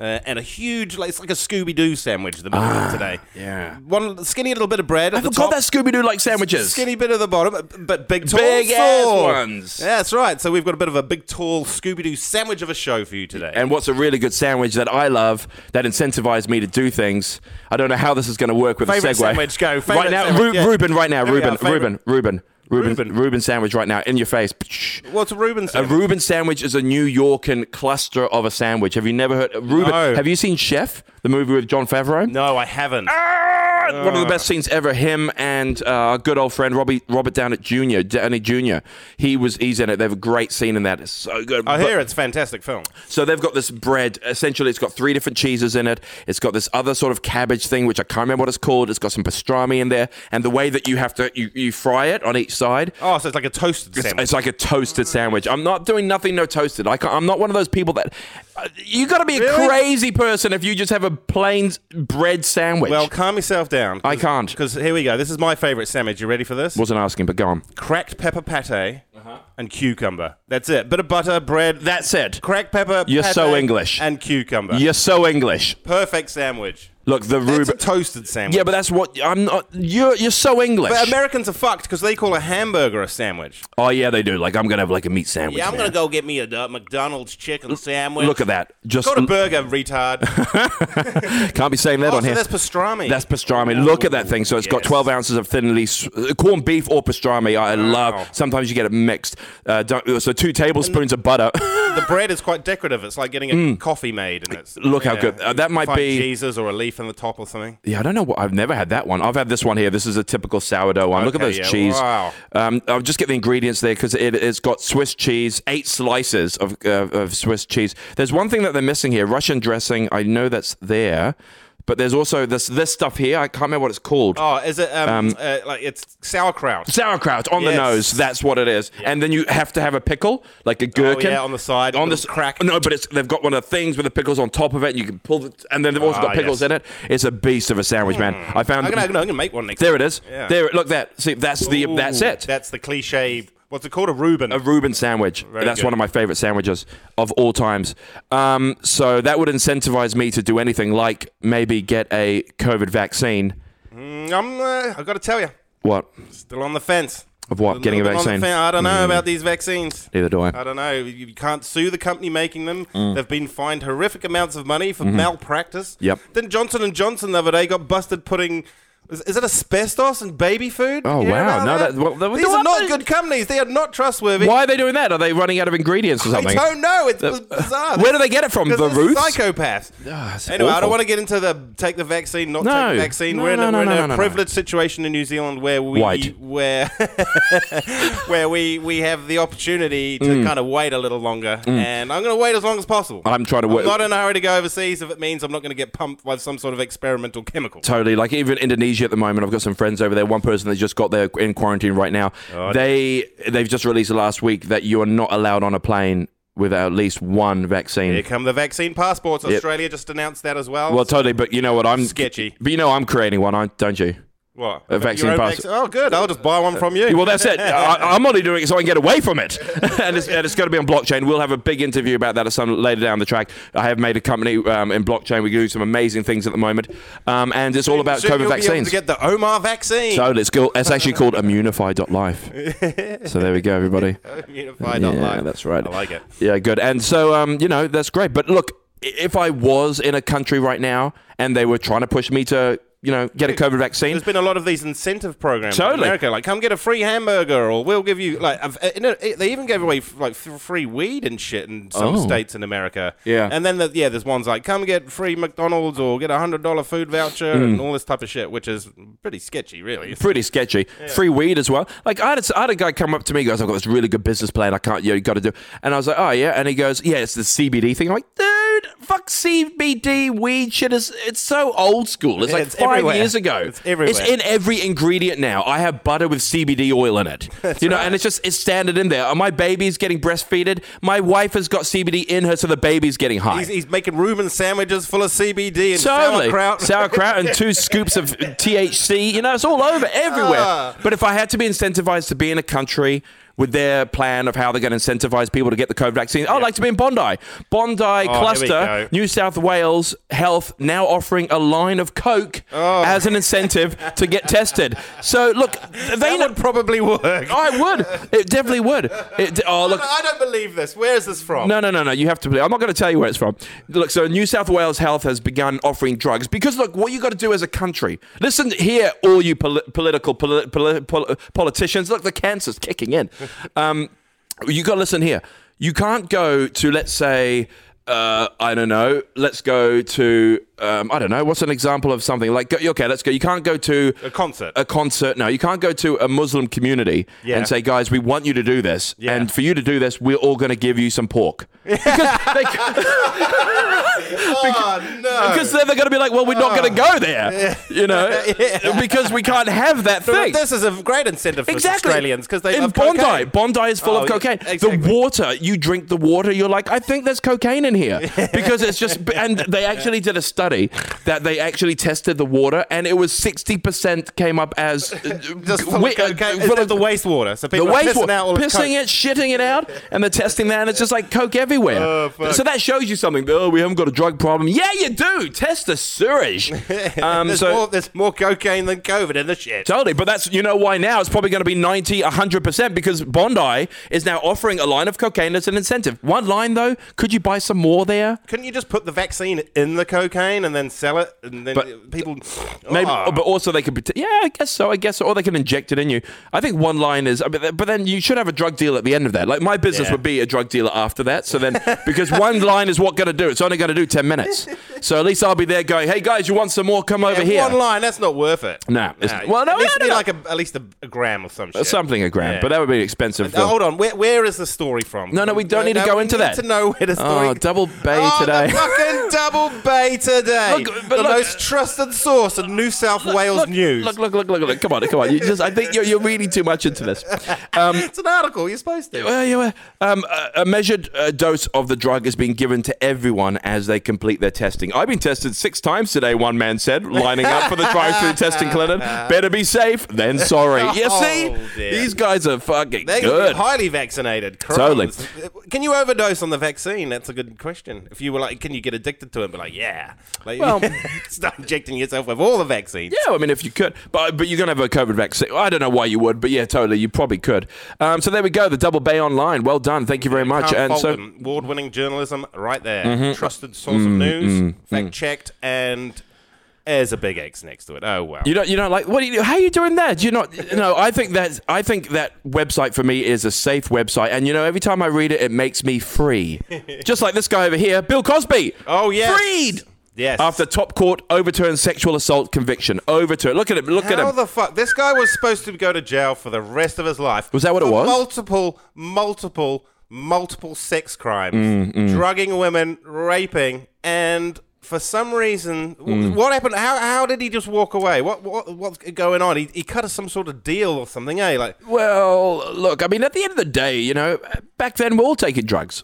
Speaker 2: Uh, and a huge, like, it's like a Scooby Doo sandwich. The middle of today,
Speaker 3: Ah, yeah.
Speaker 2: one skinny little bit of bread. At
Speaker 3: I
Speaker 2: the
Speaker 3: forgot
Speaker 2: top,
Speaker 3: that Scooby Doo like sandwiches.
Speaker 2: skinny bit of the bottom, but big tall
Speaker 3: Big ass
Speaker 2: tall.
Speaker 3: ones.
Speaker 2: Yeah, that's right. So we've got a bit of a big tall Scooby Doo sandwich of a show for you today.
Speaker 3: And what's a really good sandwich that I love that incentivizes me to do things? I don't know how this is going to work with
Speaker 2: Favorite
Speaker 3: a segue.
Speaker 2: sandwich, go. Favorite
Speaker 3: right now,
Speaker 2: sandwich,
Speaker 3: Ru-
Speaker 2: yeah.
Speaker 3: Ruben. Right now,
Speaker 2: There we
Speaker 3: Ruben.
Speaker 2: are, favorite-
Speaker 3: Ruben. Ruben. Ruben.
Speaker 2: Ruben.
Speaker 3: Ruben sandwich right now in your face.
Speaker 2: What's a Reuben
Speaker 3: A
Speaker 2: sandwich?
Speaker 3: Reuben sandwich is a New Yorkan cluster of a sandwich. Have you never heard Reuben?
Speaker 2: No.
Speaker 3: Have you seen Chef, the movie with John Favreau?
Speaker 2: no, I haven't.
Speaker 3: Ah, One of the best scenes ever. Him and uh, our good old friend Robbie Robert Downey Jr. Downey Jr. He was he's in it. They have a great scene in that. It's so good.
Speaker 2: I
Speaker 3: But-
Speaker 2: hear Oh, it's a fantastic film.
Speaker 3: so they've got this bread. Essentially, it's got three different cheeses in it. It's got this other sort of cabbage thing, which I can't remember what it's called. It's got some pastrami in there, and the way that you have to you, you fry it on each side.
Speaker 2: Oh, so it's like a toasted
Speaker 3: It's,
Speaker 2: sandwich.
Speaker 3: it's like a toasted sandwich. I'm not doing nothing no toasted. I can't, I'm not one of those people that uh, you got to be a
Speaker 2: Really?
Speaker 3: crazy person if you just have a plain s- bread sandwich.
Speaker 2: Well, calm yourself down.
Speaker 3: I can't.
Speaker 2: Because here we go. This is my favorite sandwich. You ready for this?
Speaker 3: wasn't asking, but go on.
Speaker 2: Cracked pepper pate and cucumber. That's it. Bit of butter, bread.
Speaker 3: Uh-huh. That's it.
Speaker 2: cracked pepper.
Speaker 3: You're
Speaker 2: pate
Speaker 3: so English.
Speaker 2: And cucumber.
Speaker 3: You're so English.
Speaker 2: Perfect sandwich.
Speaker 3: Look, the
Speaker 2: That's
Speaker 3: Reuben.
Speaker 2: a toasted sandwich.
Speaker 3: yeah, but that's what I'm not. You're you're so English.
Speaker 2: But Americans are fucked because they call a hamburger a sandwich.
Speaker 3: oh yeah, they do. Like I'm gonna have like a meat sandwich.
Speaker 2: Yeah, I'm
Speaker 3: man.
Speaker 2: gonna go get me a uh, McDonald's chicken sandwich.
Speaker 3: Look at that. Just
Speaker 2: Got a burger, retard.
Speaker 3: can't be saying that
Speaker 2: oh,
Speaker 3: on
Speaker 2: so
Speaker 3: here.
Speaker 2: that's pastrami.
Speaker 3: That's pastrami. Look at that thing. So it's got
Speaker 2: yes.
Speaker 3: 12 ounces of thinly s- uh, corned beef or pastrami. I
Speaker 2: Wow.
Speaker 3: love. Sometimes you get it mixed. Uh, don't, so two tablespoons of butter.
Speaker 2: the bread is quite decorative. It's like getting a coffee made, and it's
Speaker 3: Mm. Look how good- uh, that might
Speaker 2: find
Speaker 3: be-
Speaker 2: Jesus or a leaf in the top or something.
Speaker 3: yeah, I don't know. What, I've never had that one. I've had this one here. This is a typical sourdough one. Look at
Speaker 2: Okay,
Speaker 3: those
Speaker 2: yeah.
Speaker 3: cheese.
Speaker 2: Wow.
Speaker 3: Um, I'll just get the ingredients there because it, it's got Swiss cheese, eight slices of, uh, of Swiss cheese. There's one thing that they're missing here: Russian dressing. I know that's there, but there's also this this stuff here. I can't remember what it's called.
Speaker 2: Oh, is it um, uh, like it's sauerkraut?
Speaker 3: sauerkraut on the
Speaker 2: Yes.
Speaker 3: nose. That's what it is. And then you have to have a pickle, like a gherkin,
Speaker 2: Oh, yeah, on the side,
Speaker 3: on
Speaker 2: little
Speaker 3: this
Speaker 2: crack.
Speaker 3: No, but it's they've got one of the things with the pickles on top of it. You can pull, the, and then they've also
Speaker 2: Ah,
Speaker 3: got pickles
Speaker 2: yes. Hmm.
Speaker 3: in it. It's a beast of a sandwich, man. I
Speaker 2: I'm
Speaker 3: found.
Speaker 2: gonna, I'm gonna- I'm gonna make one next.
Speaker 3: there it is.
Speaker 2: Yeah.
Speaker 3: There, look that. See, that's the
Speaker 2: Ooh,
Speaker 3: that's it.
Speaker 2: That's the cliche What's it called? A Reuben.
Speaker 3: A Reuben sandwich. That's
Speaker 2: good.
Speaker 3: one of my favorite sandwiches of all times. Um, so that would incentivize me to do anything like maybe get a COVID vaccine.
Speaker 2: I'm, uh, I've got to tell you,
Speaker 3: What?
Speaker 2: still on the fence.
Speaker 3: Of what? Getting a
Speaker 2: Still on the
Speaker 3: vaccine? Mm.
Speaker 2: fen- I don't know about these vaccines.
Speaker 3: Neither do I.
Speaker 2: I don't know. You you can't sue the company making them.
Speaker 3: Mm.
Speaker 2: They've been fined horrific amounts of money for malpractice.
Speaker 3: Mm-hmm. Yep.
Speaker 2: Then Johnson and Johnson the other day got busted putting. Is, is it asbestos in baby food?
Speaker 3: Oh,
Speaker 2: hear
Speaker 3: wow.
Speaker 2: about
Speaker 3: No, that- well, that-
Speaker 2: these
Speaker 3: what
Speaker 2: are not
Speaker 3: the-
Speaker 2: good companies. They are not trustworthy.
Speaker 3: Why are they doing that? Are they running out of ingredients or
Speaker 2: I
Speaker 3: something?
Speaker 2: don't know. It's bizarre.
Speaker 3: Where do they get it from?
Speaker 2: 'Cause
Speaker 3: The
Speaker 2: they're
Speaker 3: roots? Ah,
Speaker 2: Psychopaths.
Speaker 3: it's
Speaker 2: anyway, I
Speaker 3: awful.
Speaker 2: don't want to get into the take the vaccine, not
Speaker 3: No.
Speaker 2: take the vaccine.
Speaker 3: No,
Speaker 2: we're in
Speaker 3: no,
Speaker 2: a,
Speaker 3: no,
Speaker 2: we're in
Speaker 3: no,
Speaker 2: a
Speaker 3: no, no, no.
Speaker 2: privileged situation in New Zealand where we
Speaker 3: White.
Speaker 2: where where we we have the opportunity to kind of wait a little longer, and I'm going to wait as long as possible.
Speaker 3: Mm. I'm trying to wait-
Speaker 2: not in a hurry to go overseas if it means I'm not going to get pumped by some sort of experimental chemical.
Speaker 3: Totally. Like even Indonesia at the moment, I've got some friends over there. One person that just got there in quarantine right now.
Speaker 2: Oh,
Speaker 3: they they've just released last week that you are not allowed on a plane without at least one vaccine.
Speaker 2: Here come the vaccine passports. Australia just announced that as well.
Speaker 3: well, totally. But you know what? I'm
Speaker 2: Sketchy.
Speaker 3: But you know I'm creating one, aren't- don't you?
Speaker 2: what?
Speaker 3: a vaccine
Speaker 2: Your own
Speaker 3: pass-
Speaker 2: vac- oh, good. I'll just buy one from you.
Speaker 3: Well, that's it. I, I'm only doing it so I can get away from it. and it's, and it's going to be on blockchain. We'll have a big interview about that at some later down the track. I have made a company um, in blockchain. We're doing some amazing things at the moment, um, and it's all about
Speaker 2: Soon
Speaker 3: COVID
Speaker 2: you'll Be able
Speaker 3: vaccines.
Speaker 2: to get the Omar vaccine.
Speaker 3: So it's, called, it's actually called immunify.life. so there we go, everybody.
Speaker 2: Unified
Speaker 3: yeah,
Speaker 2: online.
Speaker 3: that's right.
Speaker 2: I like it.
Speaker 3: Yeah, good. And so, um, you know, that's great. But look, i- if I was in a country right now and they were trying to push me to, you know, get a COVID vaccine,
Speaker 2: There's been a lot of these incentive programs in
Speaker 3: Totally.
Speaker 2: America, like come get a free hamburger, or we'll give you like I've- uh, you know, it- they even gave away f- like f- free weed and shit in some
Speaker 3: Oh.
Speaker 2: states in America.
Speaker 3: Yeah.
Speaker 2: and then the, yeah, there's ones like come get free McDonald's or get a hundred dollar food voucher
Speaker 3: Mm.
Speaker 2: and all this type of shit, which is pretty sketchy, really.
Speaker 3: pretty sketchy. Free weed as well. Like I had, a, I had a guy come up to me, he goes, "I've got this really good business plan. I can't, you, know, you got to do." And I was like, "Oh yeah," and he goes, "Yeah, it's the CBD thing." I'm like, dude, fuck CBD weed shit is it's so old school. It's like
Speaker 2: It's
Speaker 3: five
Speaker 2: everywhere.
Speaker 3: years ago.
Speaker 2: It's everywhere.
Speaker 3: It's in every ingredient now. I have butter with CBD oil in it. you know, and it's just it's standard in there. My baby's getting breastfeeded. My wife has got CBD in her, so the baby's getting high.
Speaker 2: He's, he's making Reuben sandwiches full of CBD and
Speaker 3: Totally.
Speaker 2: sauerkraut.
Speaker 3: Sauerkraut and two scoops of THC. You know, it's all over everywhere.
Speaker 2: Ah.
Speaker 3: But if I had to be incentivized to be in a country with their plan of how they're going to incentivize people to get the COVID vaccine, I'd like to be in Bondi. Bondi
Speaker 2: Oh, go.
Speaker 3: Cluster, New South Wales Health now offering a line of Coke
Speaker 2: Oh.
Speaker 3: as an incentive to get tested. So, look, they
Speaker 2: that
Speaker 3: know.
Speaker 2: would probably work.
Speaker 3: I would. It definitely would. It, oh, look.
Speaker 2: I don't believe this. Where is this from?
Speaker 3: No, no, no, no. You have to. I'm not going to tell you where it's from. Look, so New South Wales Health has begun offering drugs because look, what you got to do as a country. Listen here, all you poli- political poli- poli- poli- politicians. Look, the cancer's kicking in. Um, you got to listen here. You can't go to let's say. Uh, I don't know. Let's go to um, I don't know. What's an example of something like? go- Okay, let's go. You can't go to
Speaker 2: A concert.
Speaker 3: a concert. No, you can't go to a Muslim community
Speaker 2: Yeah.
Speaker 3: and say, guys, we want you to do this.
Speaker 2: Yeah.
Speaker 3: And for you to do this, we're all going to give you some pork. Because, they,
Speaker 2: oh, no.
Speaker 3: because then they're going to be like, well, we're not going to go
Speaker 2: Oh.
Speaker 3: there. You know? Because we can't have that
Speaker 2: But
Speaker 3: thing.
Speaker 2: This is a great incentive for
Speaker 3: Exactly.
Speaker 2: Australians because they
Speaker 3: in
Speaker 2: love
Speaker 3: Bondi.
Speaker 2: cocaine.
Speaker 3: Bondi is full
Speaker 2: Oh,
Speaker 3: of
Speaker 2: yeah,
Speaker 3: cocaine. The
Speaker 2: exactly.
Speaker 3: water you drink, the water you're like, I think there's cocaine in here because it's just. And they actually did a study that they actually tested the water, and it was sixty percent came up as uh,
Speaker 2: Just full of cocaine. Instead of the wastewater. So
Speaker 3: the
Speaker 2: people are
Speaker 3: waste
Speaker 2: pissing out all the coke.
Speaker 3: pissing it, shitting it out, and they're testing that, and it's just like coke everywhere.
Speaker 2: Oh,
Speaker 3: so that shows you something. Oh, we haven't got a drug problem. Yeah, you do. Test the sewage. Um,
Speaker 2: There's,
Speaker 3: so
Speaker 2: more, there's more cocaine than COVID in the shit.
Speaker 3: Totally, but that's you know why now it's probably going to be 90, 100% because Bondi is now offering a line of cocaine as an incentive. One line though, could you buy some more there?
Speaker 2: Couldn't you just put the vaccine in the cocaine and then sell it? And then
Speaker 3: But-
Speaker 2: people.
Speaker 3: Maybe,
Speaker 2: Oh.
Speaker 3: but also they could. pot- Yeah, I guess so. I guess so. Or they can inject it in you. I think one line is. I mean, But then you should have a drug deal at the end of that. Like my business
Speaker 2: Yeah.
Speaker 3: would be a drug dealer after that. So then, because one line is what going to do. It's only going to do ten minutes. So at least I'll be there going, "Hey guys, you want some more? Come over
Speaker 2: Yeah,
Speaker 3: here."
Speaker 2: One line, that's not worth it.
Speaker 3: Nah, it's- well, no,
Speaker 2: it needs
Speaker 3: no,
Speaker 2: to be
Speaker 3: no, no.
Speaker 2: like a, at least a, a gram or some shit.
Speaker 3: Something a gram,
Speaker 2: Yeah.
Speaker 3: but that would be expensive.
Speaker 2: Now, hold on, where, where is the story from?
Speaker 3: No, no, we don't need to go
Speaker 2: we
Speaker 3: into
Speaker 2: need
Speaker 3: that.
Speaker 2: To know where the story.
Speaker 3: Oh, double bay
Speaker 2: Oh, the
Speaker 3: today.
Speaker 2: fucking double bay today.
Speaker 3: Look, but
Speaker 2: the
Speaker 3: look-
Speaker 2: most trusted source of New South Wales
Speaker 3: look,
Speaker 2: news.
Speaker 3: Look, look, look, look, look. Come on, come on. You just, I think you're, you're reading too much into this. Um,
Speaker 2: It's an article. You're supposed to.
Speaker 3: well, Oh, yeah, well, um, a, a measured uh, dose of the drug is being given to everyone as they complete their testing. testing. I've been tested six times today, one man said, lining up for the drive through testing clinic. Better be safe than sorry. You
Speaker 2: Oh,
Speaker 3: see?
Speaker 2: dear.
Speaker 3: These guys are fucking
Speaker 2: They're gonna be
Speaker 3: good.
Speaker 2: highly vaccinated. Crumbs.
Speaker 3: Totally.
Speaker 2: Can you overdose on the vaccine? That's a good question. If you were like, can you get addicted to it? Be like, yeah. Like,
Speaker 3: Well-
Speaker 2: start injecting yourself with all the vaccines.
Speaker 3: Yeah, I mean, if you could, but but you're gonna have a COVID vaccine. I don't know why you would, but yeah, totally, you probably could. Um, so there we go, the Double Bay Online. Well done, thank you very much.
Speaker 2: Can't
Speaker 3: And
Speaker 2: fault
Speaker 3: so
Speaker 2: them. award-winning journalism, right there.
Speaker 3: Mm-hmm.
Speaker 2: Trusted source of news, fact-checked, and there's a big X next to it. Oh wow.
Speaker 3: you don't you don't like what? Are you, how are you doing that? You're not. No, I think that I think that website for me is a safe website, and you know, every time I read it, it makes me free. Just like this guy over here, Bill Cosby.
Speaker 2: Oh, yes.
Speaker 3: freed.
Speaker 2: Yes.
Speaker 3: After top court overturned sexual assault conviction, overturned. Look at him. Look at
Speaker 2: How
Speaker 3: him.
Speaker 2: the fuck? This guy was supposed to go to jail for the rest of his life.
Speaker 3: Was that what it
Speaker 2: for
Speaker 3: was?
Speaker 2: Multiple, multiple, multiple sex crimes,
Speaker 3: Mm,
Speaker 2: drugging women, raping, and for some reason, w
Speaker 3: Mm.
Speaker 2: what happened? How, how did he just walk away? What, what what's going on? He, he cut us some sort of deal or something, eh? Like,
Speaker 3: well, look. I mean, at the end of the day, you know, back then we are all taking drugs.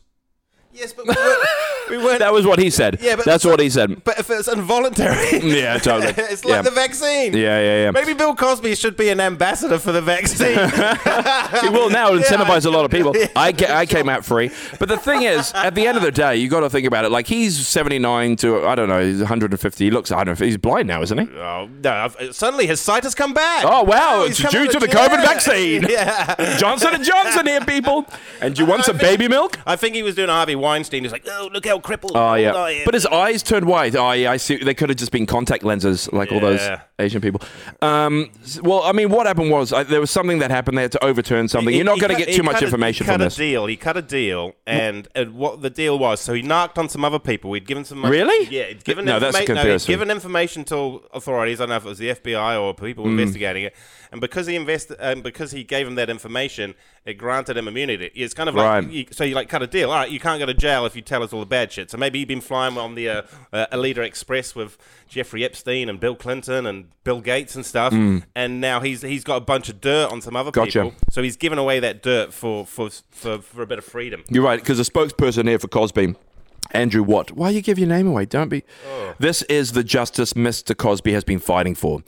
Speaker 2: yes, but we weren't. we weren't-
Speaker 3: That was what he said.
Speaker 2: Yeah, but-
Speaker 3: that's what he said.
Speaker 2: but if it's involuntary,
Speaker 3: Yeah, totally.
Speaker 2: it's like
Speaker 3: yeah.
Speaker 2: the vaccine.
Speaker 3: yeah, yeah, yeah.
Speaker 2: Maybe Bill Cosby should be an ambassador for the vaccine.
Speaker 3: It will now
Speaker 2: Yeah,
Speaker 3: incentivize a lot of people.
Speaker 2: Yeah.
Speaker 3: I, ca- I came out free. But the thing is, at the end of the day, you got to think about it. Like, he's 79 to, I don't know, he's 150. He looks, I don't know, he's blind now, isn't he?
Speaker 2: Oh no! I've, suddenly his sight has come back.
Speaker 3: Oh, wow,
Speaker 2: he's
Speaker 3: it's
Speaker 2: come
Speaker 3: due
Speaker 2: out
Speaker 3: to
Speaker 2: of
Speaker 3: the
Speaker 2: jail.
Speaker 3: COVID vaccine.
Speaker 2: yeah.
Speaker 3: Johnson and Johnson here, people. And you want some baby milk?
Speaker 2: I think he was doing Harvey Weinstein. He's like, oh, look how crippled.
Speaker 3: Oh yeah,
Speaker 2: I am."
Speaker 3: but his eyes turned white. Oh yeah, I see. They could have just been contact lenses, like all those
Speaker 2: Yeah.
Speaker 3: Asian people. Um, s- well, I mean, what happened was I, there was something that happened. They had to overturn something.
Speaker 2: He-
Speaker 3: You're not
Speaker 2: he
Speaker 3: going to
Speaker 2: cut-
Speaker 3: get
Speaker 2: he
Speaker 3: too much
Speaker 2: cut a-
Speaker 3: information
Speaker 2: he cut
Speaker 3: from
Speaker 2: a
Speaker 3: this.
Speaker 2: deal. He cut a deal, and, and what the deal was, so he knocked on some other people. He'd given some money.
Speaker 3: Really?
Speaker 2: Yeah, he'd given
Speaker 3: No, that's a
Speaker 2: informa- no, he'd
Speaker 3: conspiracy.
Speaker 2: given information to authorities. I don't know if it was the FBI or people
Speaker 3: Hmm.
Speaker 2: investigating it. And because he invest, um, because he gave him that information, it granted him immunity. It's kind of like
Speaker 3: Right.
Speaker 2: you, so you like cut a deal. All right, you can't go to jail if you tell us all the bad shit. So maybe he'd been flying on the uh, uh, Alita Express with Jeffrey Epstein and Bill Clinton and Bill Gates and stuff.
Speaker 3: Hmm.
Speaker 2: And now he's he's got a bunch of dirt on some other
Speaker 3: Gotcha.
Speaker 2: people. So he's given away that dirt for for for, for a bit of freedom.
Speaker 3: You're right, because the spokesperson here for Cosby, Andrew Watt. Why you give your name away? Don't be.
Speaker 2: Oh.
Speaker 3: This is the justice Mr. Cosby has been fighting for.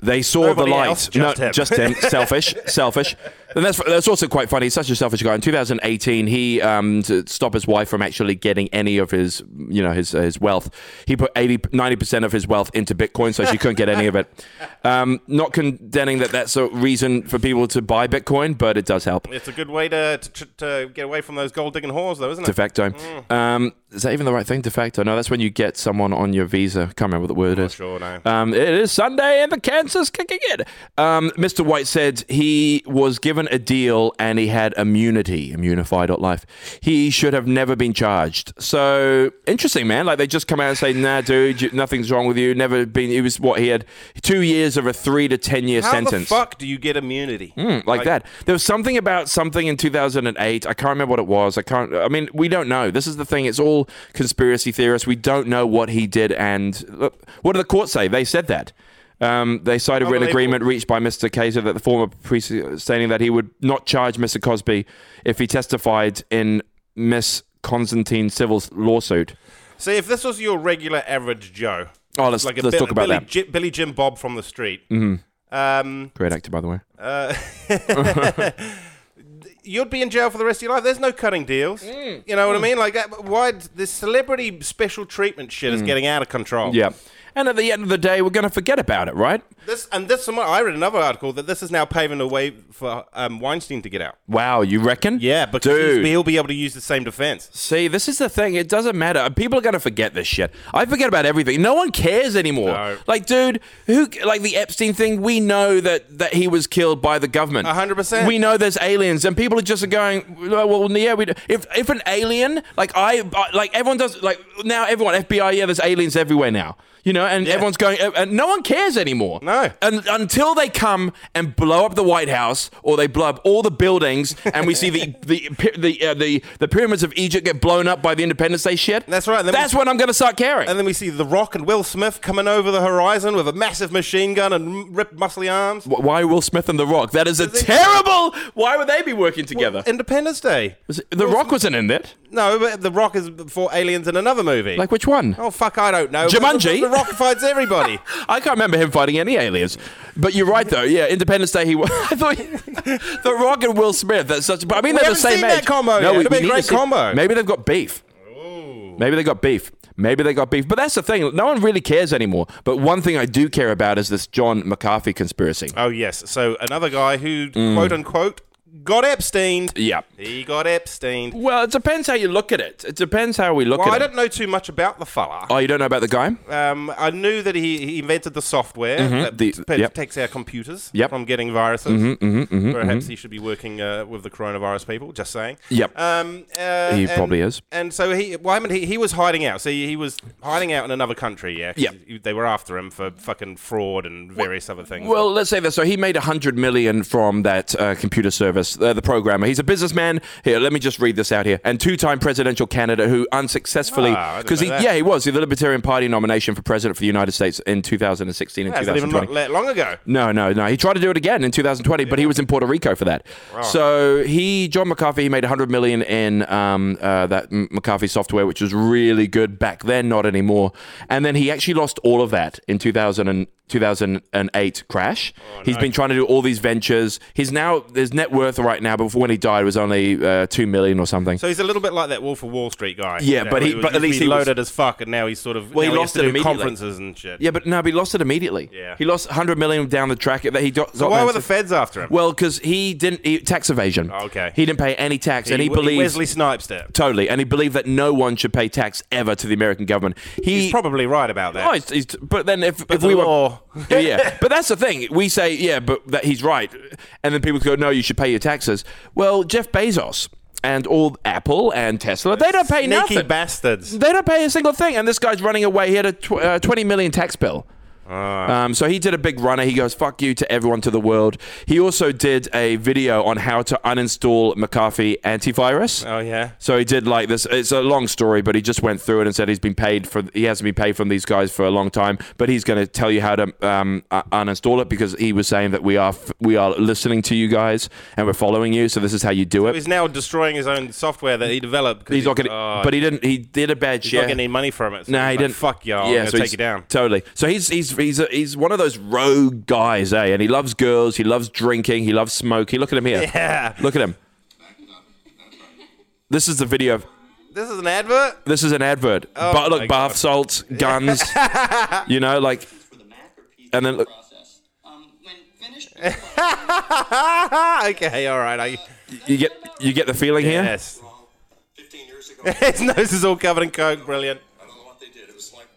Speaker 3: They saw
Speaker 2: Nobody
Speaker 3: the light.
Speaker 2: else, just him.
Speaker 3: just him. Selfish, selfish. And that's that's also quite funny. He's such a selfish guy. In 2018, he um, to stop his wife from actually getting any of his, you know, his his wealth. He put 80, 90 percent of his wealth into Bitcoin, so she couldn't get any of it. Um, not condemning that that's a reason for people to buy Bitcoin, but it does help.
Speaker 2: It's a good way to to, to get away from those gold digging whores, though, isn't
Speaker 3: De
Speaker 2: it?
Speaker 3: facto.
Speaker 2: Mm.
Speaker 3: Um, is that even the right thing? De facto. No, that's when you get someone on your visa. Can't remember what the word is.
Speaker 2: sure, no.
Speaker 3: Um, it is Sunday and the cancer's kicking in. Um, Mr. White said he was given a deal and he had immunity. Immunify.life. He should have never been charged. So interesting, man. Like they just come out and say, "Nah, dude, you, nothing's wrong with you. Never been." It was what he had two years of a three to ten year
Speaker 2: How
Speaker 3: sentence.
Speaker 2: the fuck do you get immunity?
Speaker 3: Mm, like, that. There was something about something in 2008. I can't remember what it was. I can't. I mean, we don't know. This is the thing. It's all conspiracy theorists. We don't know what he did. And look, what did the court say? They said that. Um, they cited an
Speaker 2: Unbelievable.
Speaker 3: agreement reached by Mr. Kaiser that the former priest uh, stating that he would not charge Mr. Cosby if he testified in Miss Constantine Civil's lawsuit.
Speaker 2: See, if this was your regular average Joe,
Speaker 3: Oh, let's-
Speaker 2: like a
Speaker 3: let's
Speaker 2: Bill-
Speaker 3: talk about
Speaker 2: Billy,
Speaker 3: that. Mm-hmm.
Speaker 2: Ji- Billy Jim Bob from the street. Um,
Speaker 3: Great actor, by the way.
Speaker 2: uh, you'd be in jail for the rest of your life. There's no cutting deals.
Speaker 3: Hmm.
Speaker 2: You know what I mean? Like, that- why d- this celebrity special treatment shit is getting out of control?
Speaker 3: Hmm. Yeah. And at the end of the day, we're going to forget about it, right?
Speaker 2: This and this. Someone, I read another article that this is now paving the way for um, Weinstein to get out.
Speaker 3: Wow, you reckon?
Speaker 2: Yeah, because he's-
Speaker 3: Dude.
Speaker 2: he'll be able to use the same defense.
Speaker 3: See, this is the thing. It doesn't matter. People are going to forget this shit. I forget about everything. No one cares anymore.
Speaker 2: No.
Speaker 3: Like, dude, who like the Epstein thing? We know that that he was killed by the government.
Speaker 2: A hundred percent.
Speaker 3: We know there's aliens, and people are just going, well, well, yeah. We do. if if an alien like I I- like everyone does like now everyone FBI yeah, there's aliens everywhere now. You know, and everyone's going, uh, and no one cares anymore.
Speaker 2: No.
Speaker 3: and until they come and blow up the White House, or they blow up all the buildings, and we see the the pi- the uh, the, the pyramids of Egypt get blown up by the Independence Day shit.
Speaker 2: That's right, and then we-
Speaker 3: That's when I'm going to start caring.
Speaker 2: And then we see The Rock and Will Smith coming over the horizon with a massive machine gun and m- ripped muscly arms.
Speaker 3: Wh- why Will Smith and The Rock? That is a
Speaker 2: They-
Speaker 3: terrible. Why would they be working together?
Speaker 2: Independence Day.
Speaker 3: the Rock wasn't in that.
Speaker 2: No, but The Rock is before Aliens in another movie.
Speaker 3: Like which one?
Speaker 2: oh fuck, I don't know. The,
Speaker 3: Jumanji?
Speaker 2: the Rock fights everybody.
Speaker 3: I can't remember him fighting any aliens. But you're right though. Yeah, Independence Day. He. wa- I thought The Rock and Will Smith. That's such. But I mean,
Speaker 2: We
Speaker 3: they're the
Speaker 2: haven't
Speaker 3: same
Speaker 2: seen
Speaker 3: age.
Speaker 2: that combo yet. It'd be a
Speaker 3: need to
Speaker 2: great
Speaker 3: see-
Speaker 2: combo.
Speaker 3: Maybe they've got beef. Maybe they got beef. Maybe they got beef. But that's the thing. No one really cares anymore. But one thing I do care about is this John McCarthy conspiracy.
Speaker 2: oh yes, so another guy who
Speaker 3: Mm.
Speaker 2: quote unquote got Epstein.
Speaker 3: Yeah.
Speaker 2: He got Epstein.
Speaker 3: Well, it depends how you look at it. It depends how we look
Speaker 2: Well,
Speaker 3: at
Speaker 2: I
Speaker 3: it.
Speaker 2: don't know too much about the fella.
Speaker 3: Oh, you don't know about the guy?
Speaker 2: Um, I knew that he, he invented the software that
Speaker 3: Mm-hmm. The-
Speaker 2: p-
Speaker 3: yep.
Speaker 2: protects our computers
Speaker 3: Yep. Mm-hmm,
Speaker 2: from getting viruses. Perhaps he should be working uh, with the coronavirus people. Just saying.
Speaker 3: Yep.
Speaker 2: Um, uh,
Speaker 3: He
Speaker 2: and-
Speaker 3: probably is.
Speaker 2: And so he, well, I mean, he, he was hiding out. So he, he was hiding out in another country. Yeah. 'cause
Speaker 3: Yep.
Speaker 2: he- They were after him for fucking fraud and various other things.
Speaker 3: Well, let's say this. So he made 100 million from that uh, computer service, uh, the programmer. He's a businessman. Here, let me just read this out here. And two-time presidential candidate who unsuccessfully
Speaker 2: Ah, I didn't
Speaker 3: because
Speaker 2: know
Speaker 3: he
Speaker 2: that.
Speaker 3: yeah, he was the Libertarian Party nomination for president for the United States in 2016 and
Speaker 2: that's not even
Speaker 3: 2020.
Speaker 2: not that long ago.
Speaker 3: No, no, no. He tried to do it again in 2020, but he was in Puerto Rico for that. So he, John McCarthy, he made 100 million in um, uh, that M- McCarthy software, which was really good back then, not anymore. And then he actually lost all of that in 2000 and 2008 crash.
Speaker 2: Oh,
Speaker 3: He's been trying to do all these ventures. He's now his net worth right now, before when he died, was only uh, two million or something.
Speaker 2: So he's a little bit like that Wolf of Wall Street guy.
Speaker 3: Yeah, but he-
Speaker 2: was- used
Speaker 3: but at
Speaker 2: to
Speaker 3: least
Speaker 2: be
Speaker 3: he was-
Speaker 2: loaded as fuck, and now he's sort of
Speaker 3: Well, he
Speaker 2: now
Speaker 3: lost
Speaker 2: has to
Speaker 3: it
Speaker 2: do
Speaker 3: immediately.
Speaker 2: conferences and shit.
Speaker 3: yeah, but no, but he lost it immediately.
Speaker 2: Yeah.
Speaker 3: he lost 100 million down the track. That he got, so
Speaker 2: Why were the feds after him?
Speaker 3: Well, because he didn't he, tax evasion.
Speaker 2: Oh, Okay.
Speaker 3: He didn't pay any tax, and he believes
Speaker 2: Wesley Snipes did.
Speaker 3: totally, and he believed that no one should pay tax ever to the American government. He
Speaker 2: He's probably right about that.
Speaker 3: Oh, he's- he's- but then if, if
Speaker 2: the
Speaker 3: we
Speaker 2: law.
Speaker 3: were, yeah, but that's the thing. We say, yeah, but that he's right, and then people go, no, you should pay your taxes. Well, Jeff Bezos and all Apple and Tesla, they don't pay
Speaker 2: Sneaky
Speaker 3: nothing.
Speaker 2: bastards.
Speaker 3: They don't pay a single thing, and this guy's running away. He had a tw- uh, twenty million tax bill.
Speaker 2: Ah.
Speaker 3: Um, so he did a big runner. He goes, "Fuck you" to everyone, to the world. He also did a video on how to uninstall McAfee antivirus.
Speaker 2: Oh, yeah.
Speaker 3: So he did like this. It's a long story, but he just went through it and said he's been paid for. He hasn't been paid from these guys for a long time, but he's going to tell you how to um, uh, uninstall it because he was saying that we are f- we are listening to you guys and we're following you. So this is how you do it.
Speaker 2: He's now destroying his own software that he developed. 'cause
Speaker 3: He's not going to,
Speaker 2: oh,
Speaker 3: but he didn't. He did a bad
Speaker 2: he's
Speaker 3: share.
Speaker 2: not getting any money from it. So
Speaker 3: No,
Speaker 2: he's
Speaker 3: he
Speaker 2: like,
Speaker 3: didn't.
Speaker 2: Fuck y'all. I'm going to
Speaker 3: so
Speaker 2: take
Speaker 3: he's-
Speaker 2: you down.
Speaker 3: Totally. So he's he's he's a, he's one of those rogue guys, eh? And he loves girls. He loves drinking. He loves smoking. Look at him here.
Speaker 2: Yeah.
Speaker 3: Look at him. This is the video. Of,
Speaker 2: This is an advert?
Speaker 3: this is an advert. but
Speaker 2: Oh my
Speaker 3: look,
Speaker 2: God.
Speaker 3: bath salts, guns. you know, like,
Speaker 4: for the Mac or PC
Speaker 3: And then look-
Speaker 4: process. Um, when finished,
Speaker 2: okay, all right. I,
Speaker 3: you get you get the feeling here.
Speaker 2: yes.
Speaker 4: 15 years ago,
Speaker 2: His nose is all covered in coke. Brilliant.
Speaker 4: I don't know what they did. It was like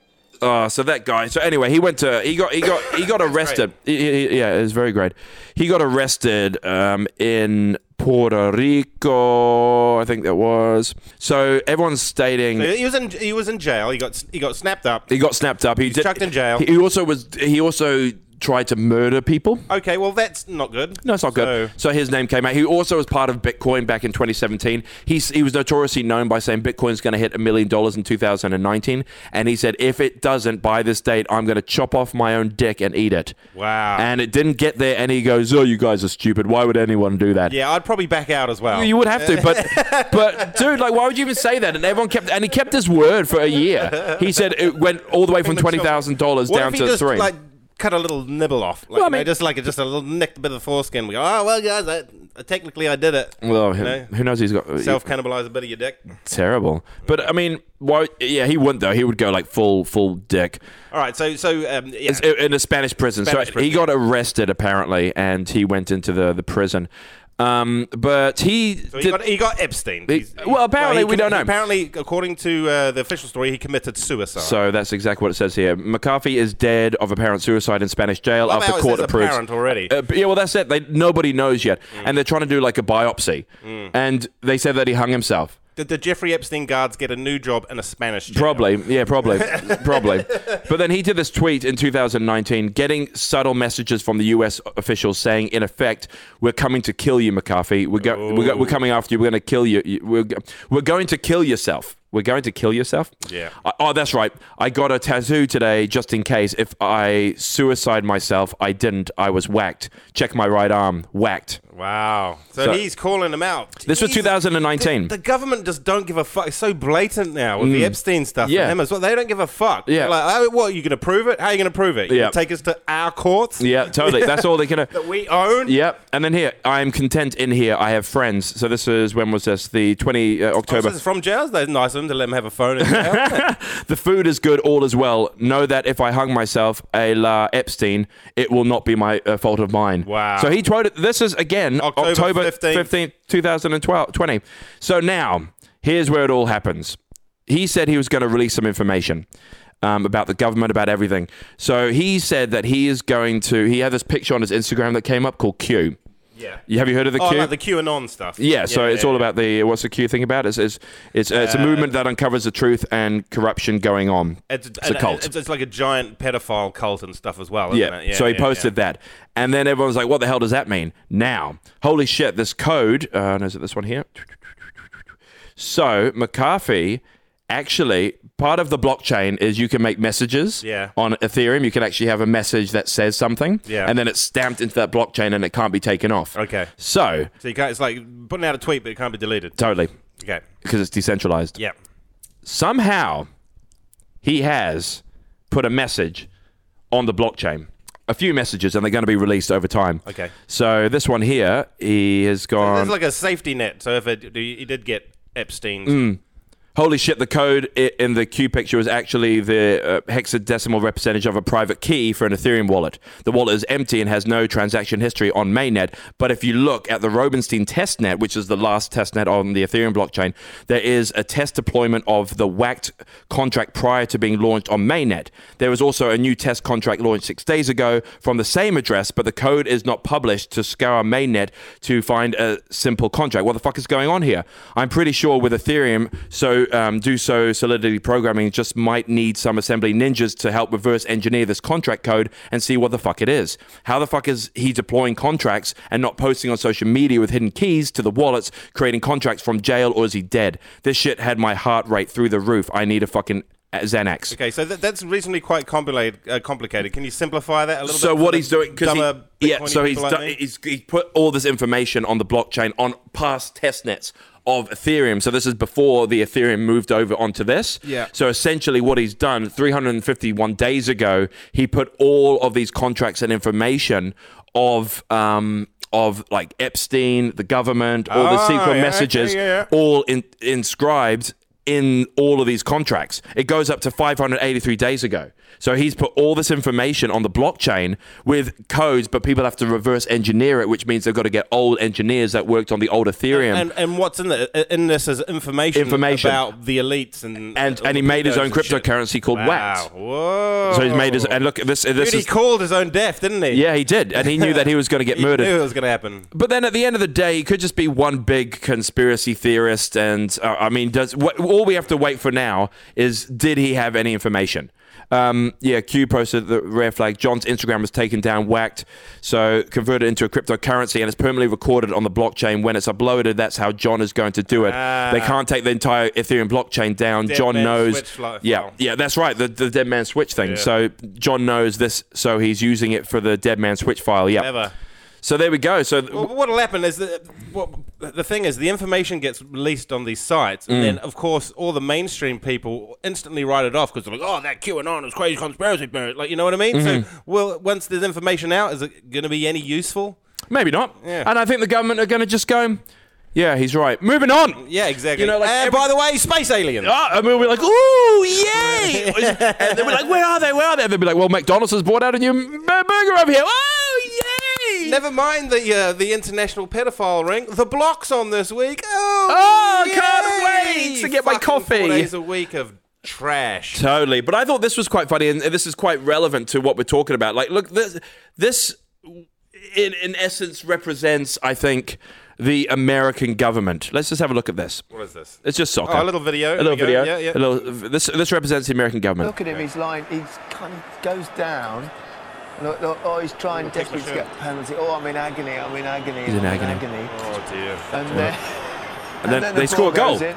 Speaker 3: Oh, so that guy. So anyway, he went to he got he got he got arrested. He- he- yeah, it's very great. He got arrested um, in Puerto Rico, I think that was. So everyone's stating
Speaker 2: He was in he was in jail. He got s- he got snapped up.
Speaker 3: he got snapped up. He did,
Speaker 2: chucked in jail.
Speaker 3: He also was he also tried to murder people.
Speaker 2: Okay, well that's not good.
Speaker 3: No, it's not good. So his name came out. He also was part of Bitcoin back in 2017. He's, he was notoriously known by saying Bitcoin's going to hit a million dollars in 2019. And he said, if it doesn't by this date, I'm going to chop off my own dick and eat it.
Speaker 2: Wow.
Speaker 3: And it didn't get there. And he goes, oh, you guys are stupid. Why would anyone do that?
Speaker 2: Yeah, I'd probably back out as well.
Speaker 3: You would have to, but but dude, like, why would you even say that? And everyone kept, and he kept his word for a year. He said it went all the way from twenty thousand dollars
Speaker 2: What
Speaker 3: down
Speaker 2: if he
Speaker 3: to
Speaker 2: just,
Speaker 3: three.
Speaker 2: Like, cut a little nibble off. Like,
Speaker 3: Well, I
Speaker 2: you know,
Speaker 3: mean-
Speaker 2: just like just a little nicked bit of the foreskin. We go, oh well, guys, I, I- technically I did it.
Speaker 3: well,
Speaker 2: You
Speaker 3: who,
Speaker 2: know?
Speaker 3: who knows? He's got
Speaker 2: Self cannibalize a bit of your dick.
Speaker 3: terrible. But I mean, why? Yeah, he wouldn't though. He would go like full, full dick
Speaker 2: All right, so so um, yeah.
Speaker 3: It's in a Spanish prison.
Speaker 2: Spanish
Speaker 3: so
Speaker 2: prison.
Speaker 3: he got arrested apparently, and he went into the the prison. Um, but he
Speaker 2: So he,
Speaker 3: did-
Speaker 2: got, he got Epstein. He's-
Speaker 3: well, apparently
Speaker 2: he
Speaker 3: we don't know.
Speaker 2: Apparently, according to uh, the official story, he committed suicide.
Speaker 3: So that's exactly what it says here. McCarthy is dead of apparent suicide in Spanish jail
Speaker 2: Love
Speaker 3: after
Speaker 2: how it
Speaker 3: court
Speaker 2: says
Speaker 3: approves.
Speaker 2: apparent Mm. already.
Speaker 3: Uh, but yeah, well, that's it. They, nobody knows yet, and they're trying to do like a biopsy,
Speaker 2: Mm.
Speaker 3: and they said that he hung himself.
Speaker 2: Did the Jeffrey Epstein guards get a new job in a Spanish jail?
Speaker 3: Probably, yeah, probably, probably. But then he did this tweet in 2019, getting subtle messages from the U.S. officials saying, in effect, "We're coming to kill you, McCarthy. We're, go- we're, go- we're coming after you. We're going to kill you. You- We're, go- we're going to kill yourself. We're going to kill yourself."
Speaker 2: Yeah.
Speaker 3: I- oh, that's right. I got a tattoo today just in case if I suicide myself. I didn't. I was whacked. Check my right arm. Whacked.
Speaker 2: Wow. So,
Speaker 3: So-
Speaker 2: he's calling them out.
Speaker 3: This was
Speaker 2: Jeez.
Speaker 3: 2019.
Speaker 2: The government just don't give a fuck. It's so blatant now with the Epstein stuff.
Speaker 3: Mm. Yeah.
Speaker 2: Yeah. And them as well. They don't give a fuck.
Speaker 3: Yeah.
Speaker 2: They're Like, oh, what, are you going to prove it? How are you going to prove it? You
Speaker 3: Yeah.
Speaker 2: gonna Take us to our courts?
Speaker 3: yeah, totally. That's all they can.
Speaker 2: That we own?
Speaker 3: Yep. And then here, I am content in here. I have friends. So this is when was this? The 20 uh,
Speaker 2: Oh, so
Speaker 3: October.
Speaker 2: it's from jails? That's nice of them to let them have a phone in jail.
Speaker 3: the food is good. All is well. Know that if I hung myself, a la Epstein, it will not be my uh, fault of mine.
Speaker 2: Wow.
Speaker 3: So he quoted. This is again
Speaker 2: October
Speaker 3: October,
Speaker 2: 15th.
Speaker 3: 15th, 2012, 20. So now here's where it all happens. He said he was going to release some information. Um, about the government, about everything. So he said that he is going to. He had this picture on his Instagram that came up called Q.
Speaker 2: yeah.
Speaker 3: You- Have you heard of the
Speaker 2: Oh,
Speaker 3: Q?
Speaker 2: like the QAnon stuff.
Speaker 3: Yeah, so
Speaker 2: Yeah,
Speaker 3: it's all about the what's the Q thing about? It's it's it's, uh, it's a movement that uncovers the truth and corruption going on.
Speaker 2: It's,
Speaker 3: a cult.
Speaker 2: It's, it's like a giant pedophile cult and stuff as well. Isn't
Speaker 3: yeah.
Speaker 2: It?
Speaker 3: so he
Speaker 2: yeah,
Speaker 3: posted that, and then everyone's like, "What the hell does that mean?" Now, holy shit, this code. Uh, no, is it this one here? So McAfee, actually, part of the blockchain is you can make messages
Speaker 2: Yeah.
Speaker 3: on Ethereum. You can actually have a message that says something,
Speaker 2: Yeah.
Speaker 3: and then it's stamped into that blockchain and it can't be taken off.
Speaker 2: yeah. Okay.
Speaker 3: So
Speaker 2: So you can't, it's like putting out a tweet, but it can't be deleted.
Speaker 3: totally,
Speaker 2: Okay.
Speaker 3: because it's decentralized.
Speaker 2: Yeah.
Speaker 3: somehow he has put a message on the blockchain. A few messages, and they're going to be released over time.
Speaker 2: Okay.
Speaker 3: So this one here, he has gone.
Speaker 2: There's like a safety net. So if it, he did get Epstein's
Speaker 3: Mm. Holy shit! The code i- in the Q picture is actually the uh, hexadecimal representation of a private key for an Ethereum wallet. The wallet is empty and has no transaction history on mainnet. But if you look at the Robinstein testnet, which is the last testnet on the Ethereum blockchain, there is a test deployment of the whacked contract prior to being launched on mainnet. There was also a new test contract launched six days ago from the same address, but the code is not published to scour mainnet to find a simple contract. What the fuck is going on here? I'm pretty sure with Ethereum, so um, do so Solidity programming just might need some assembly ninjas to help reverse engineer this contract code and see what the fuck it is. How the fuck is he deploying contracts and not posting on social media with hidden keys to the wallets, creating contracts from jail, or is he dead? This shit had my heart rate through the roof. I need a fucking uh, Xanax.
Speaker 2: Okay, so that, that's reasonably quite complicated. Uh, complicated. Can you simplify that a little
Speaker 3: so
Speaker 2: bit?
Speaker 3: what
Speaker 2: for
Speaker 3: he's
Speaker 2: the
Speaker 3: doing because
Speaker 2: dumber
Speaker 3: he, yeah
Speaker 2: Bitcoiny
Speaker 3: so he's,
Speaker 2: people like
Speaker 3: done,
Speaker 2: me?
Speaker 3: he's he put all this information on the blockchain on past testnets of ethereum so this is before the ethereum moved over onto this
Speaker 2: Yeah.
Speaker 3: so essentially what he's done 351 days ago he put all of these contracts and information of um of like epstein the government all the
Speaker 2: Ah,
Speaker 3: secret
Speaker 2: yeah,
Speaker 3: messages
Speaker 2: okay, yeah, yeah.
Speaker 3: all in, inscribed in all of these contracts. It goes up to 583 days ago. So he's put all this information on the blockchain with codes, but people have to reverse engineer it, which means they've got to get old engineers that worked on the old Ethereum.
Speaker 2: and, and what's in the, in this is information,
Speaker 3: Information.
Speaker 2: about the elites and
Speaker 3: And-
Speaker 2: all
Speaker 3: and he
Speaker 2: the
Speaker 3: made his
Speaker 2: pedos
Speaker 3: own
Speaker 2: and
Speaker 3: cryptocurrency
Speaker 2: shit.
Speaker 3: called
Speaker 2: wow.
Speaker 3: Wax.
Speaker 2: Whoa!
Speaker 3: so he's made his and look this this
Speaker 2: Dude, he
Speaker 3: is
Speaker 2: called his own death, didn't he?
Speaker 3: yeah he did and he knew that he was going to get
Speaker 2: he
Speaker 3: murdered.
Speaker 2: knew it was going to happen.
Speaker 3: But then at the end of the day, he could just be one big conspiracy theorist. And uh, I mean, does what, all we have to wait for now is did he have any information? Um, yeah, Q posted the rare flag. John's Instagram was taken down, whacked, so converted into a cryptocurrency, and it's permanently recorded on the blockchain. When it's uploaded, that's how John is going to do it. they can't take the entire Ethereum blockchain down.
Speaker 2: Ah. Dead
Speaker 3: John
Speaker 2: man
Speaker 3: knows.
Speaker 2: switch fly-
Speaker 3: yeah,
Speaker 2: file.
Speaker 3: yeah, that's right. The, the dead man switch thing. So John knows this, so he's using it for the dead man switch file. Yeah.
Speaker 2: Ever.
Speaker 3: So there we go. So
Speaker 2: Well, what'll happen is that what, the thing is the information gets released on these sites,
Speaker 3: Mm.
Speaker 2: and then of course all the mainstream people instantly write it off because they're like, "Oh, that QAnon is crazy conspiracy theory." Like, you know what I mean?
Speaker 3: Mm-hmm.
Speaker 2: So, well, once there's information out, is it going to be any useful?
Speaker 3: Maybe not.
Speaker 2: Yeah.
Speaker 3: And I think the government are going to just go, yeah, he's right. Moving on.
Speaker 2: Yeah, exactly.
Speaker 3: You know, like
Speaker 2: and
Speaker 3: every-
Speaker 2: by the way, space aliens.
Speaker 3: Ah, and we'll be like, ooh, yay! and they'll be like, where are they? Where are they? And they'll be like, well, McDonald's has brought out a new m- burger over here. Oh, yay!
Speaker 2: Never mind the uh, the international pedophile ring. The blocks on this week. Oh,
Speaker 3: Oh, I
Speaker 2: yay!
Speaker 3: can't wait to get my
Speaker 2: Fucking
Speaker 3: coffee.
Speaker 2: Four days a week of trash.
Speaker 3: Totally. But I thought this was quite funny, and this is quite relevant to what we're talking about. Like, look, this, this in, in essence, represents, I think, the American government. Let's just have a look at this.
Speaker 2: What is this?
Speaker 3: It's just soccer.
Speaker 2: Oh, a little video.
Speaker 3: A little
Speaker 2: Here we go.
Speaker 3: video.
Speaker 2: Yeah, yeah.
Speaker 3: A little, this, this represents the American government.
Speaker 5: Look at him, he's lying. He's kind of goes down. Look, look, oh, he's trying desperately to get penalty. Oh, I'm in agony. I'm in agony.
Speaker 3: He's in
Speaker 5: I'm
Speaker 3: agony.
Speaker 2: Oh dear.
Speaker 5: And, then,
Speaker 3: And then,
Speaker 5: the
Speaker 3: they score a
Speaker 5: ball
Speaker 3: goal.
Speaker 5: goes in.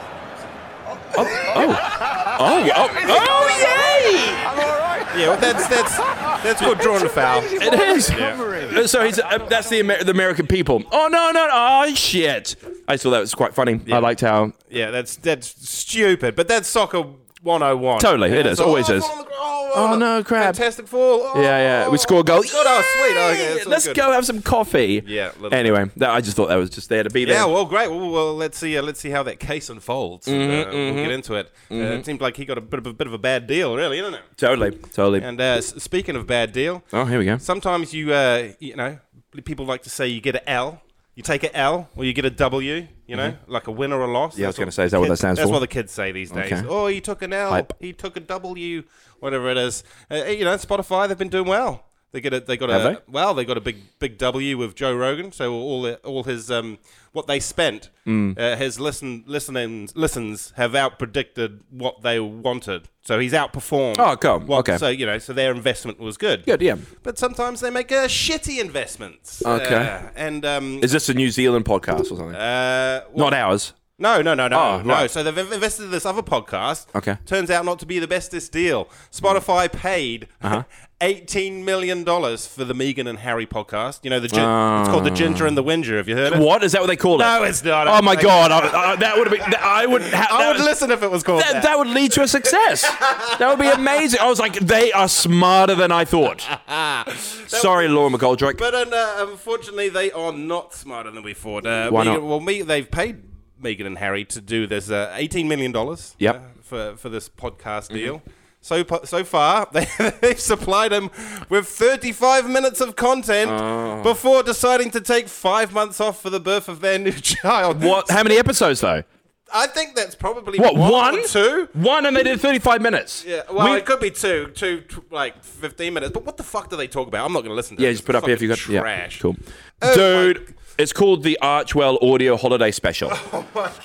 Speaker 3: Oh, oh, oh, oh, yay!
Speaker 5: I'm all right.
Speaker 2: Yeah, well, that's that's that's called drawing a foul.
Speaker 3: oh, It is. So he's uh, that's the Amer- the American people. Oh no no no! Oh shit! I saw that was quite funny. I liked how
Speaker 2: Yeah, that's that's stupid, but that's soccer 101.
Speaker 3: Totally, it
Speaker 2: Yeah,
Speaker 3: is,
Speaker 2: it's like,
Speaker 3: always
Speaker 2: oh,
Speaker 3: is.
Speaker 2: ball on the gr- Oh,
Speaker 3: Oh, no, crap.
Speaker 2: Fantastic fall. Oh,
Speaker 3: yeah yeah we score a goal.
Speaker 2: Good, oh, sweet. Oh, okay,
Speaker 3: Yay!
Speaker 2: that's all
Speaker 3: let's
Speaker 2: good.
Speaker 3: go have some coffee.
Speaker 2: Yeah, let's-
Speaker 3: Anyway, that, I just thought that was just there to be there.
Speaker 2: Yeah, well, great. Well, well let's see. Uh, let's see how that case unfolds.
Speaker 3: Mm-hmm,
Speaker 2: uh, We'll get into it. Uh, it seemed like he got a bit of a bit of a bad deal, really, didn't it?
Speaker 3: totally totally.
Speaker 2: And uh, s- speaking of bad deal,
Speaker 3: oh here we go.
Speaker 2: sometimes you uh, you know people like to say you get a L. You take a L or you get a W, you know, like a win or a loss.
Speaker 3: Mm-hmm. Yeah, I was
Speaker 2: That's
Speaker 3: gonna
Speaker 2: what
Speaker 3: say, is that what
Speaker 2: kids-
Speaker 3: that stands
Speaker 2: that's
Speaker 3: for?
Speaker 2: what the kids say these days.
Speaker 3: Okay.
Speaker 2: Oh, he took an L.
Speaker 3: Hype.
Speaker 2: He took a W, whatever it is. Uh, you know, Spotify they've been doing well. They get a, they got
Speaker 3: Have
Speaker 2: a
Speaker 3: they?
Speaker 2: well, they got a big big W with Joe Rogan. So all the, all his um what they spent,
Speaker 3: Mm.
Speaker 2: uh, his listen listening listens have out predicted what they wanted. So he's outperformed.
Speaker 3: Oh, cool.
Speaker 2: what-
Speaker 3: Okay.
Speaker 2: So you know, so their investment was good.
Speaker 3: Good yeah.
Speaker 2: But sometimes they make uh, shitty investments.
Speaker 3: Okay.
Speaker 2: Uh, and um,
Speaker 3: Is this a New Zealand podcast or something?
Speaker 2: uh, well,
Speaker 3: Not ours.
Speaker 2: no, no, no, no,
Speaker 3: Oh,
Speaker 2: no.
Speaker 3: right.
Speaker 2: So they've in- invested in this other podcast.
Speaker 3: Okay.
Speaker 2: Turns out not to be the bestest deal. Spotify paid
Speaker 3: Uh-huh.
Speaker 2: eighteen million dollars for the Megan and Harry podcast. You know the gin- it's called the Ginger and the Whinger. Have you heard it?
Speaker 3: Ah. What is that? What they call it?
Speaker 2: No, it's not.
Speaker 3: Oh my god! I, I, that would have been. that- I would. Ha-
Speaker 2: I
Speaker 3: that
Speaker 2: would
Speaker 3: was-
Speaker 2: listen if it was called
Speaker 3: That,
Speaker 2: that.
Speaker 3: that would lead to a success. that would be amazing. I was like, they are smarter than I thought. Sorry, Laura McGoldrick.
Speaker 2: But uh, no, unfortunately, they are not smarter than we thought. Uh,
Speaker 3: Why
Speaker 2: Megan-
Speaker 3: not?
Speaker 2: Well, me, they've paid Megan and Harry to do this uh, eighteen million dollars. uh,
Speaker 3: Yep. Mm-hmm.
Speaker 2: for for this podcast deal. So po- so far, they, they've supplied him with thirty-five minutes of content
Speaker 3: Oh.
Speaker 2: before deciding to take five months off for the birth of their new child.
Speaker 3: what? How many episodes though?
Speaker 2: I think that's probably
Speaker 3: What
Speaker 2: one,
Speaker 3: one?
Speaker 2: or two.
Speaker 3: One, and they did thirty-five minutes.
Speaker 2: Yeah, well,
Speaker 3: We-
Speaker 2: it could be two, two, tw- like fifteen minutes. But what the fuck do they talk about? I'm not going to listen to.
Speaker 3: yeah,
Speaker 2: it.
Speaker 3: just put up here if you got.
Speaker 2: Fucking
Speaker 3: Yeah,
Speaker 2: trash.
Speaker 3: cool.
Speaker 2: Oh,
Speaker 3: Dude, it's called the Archwell Audio Holiday Special,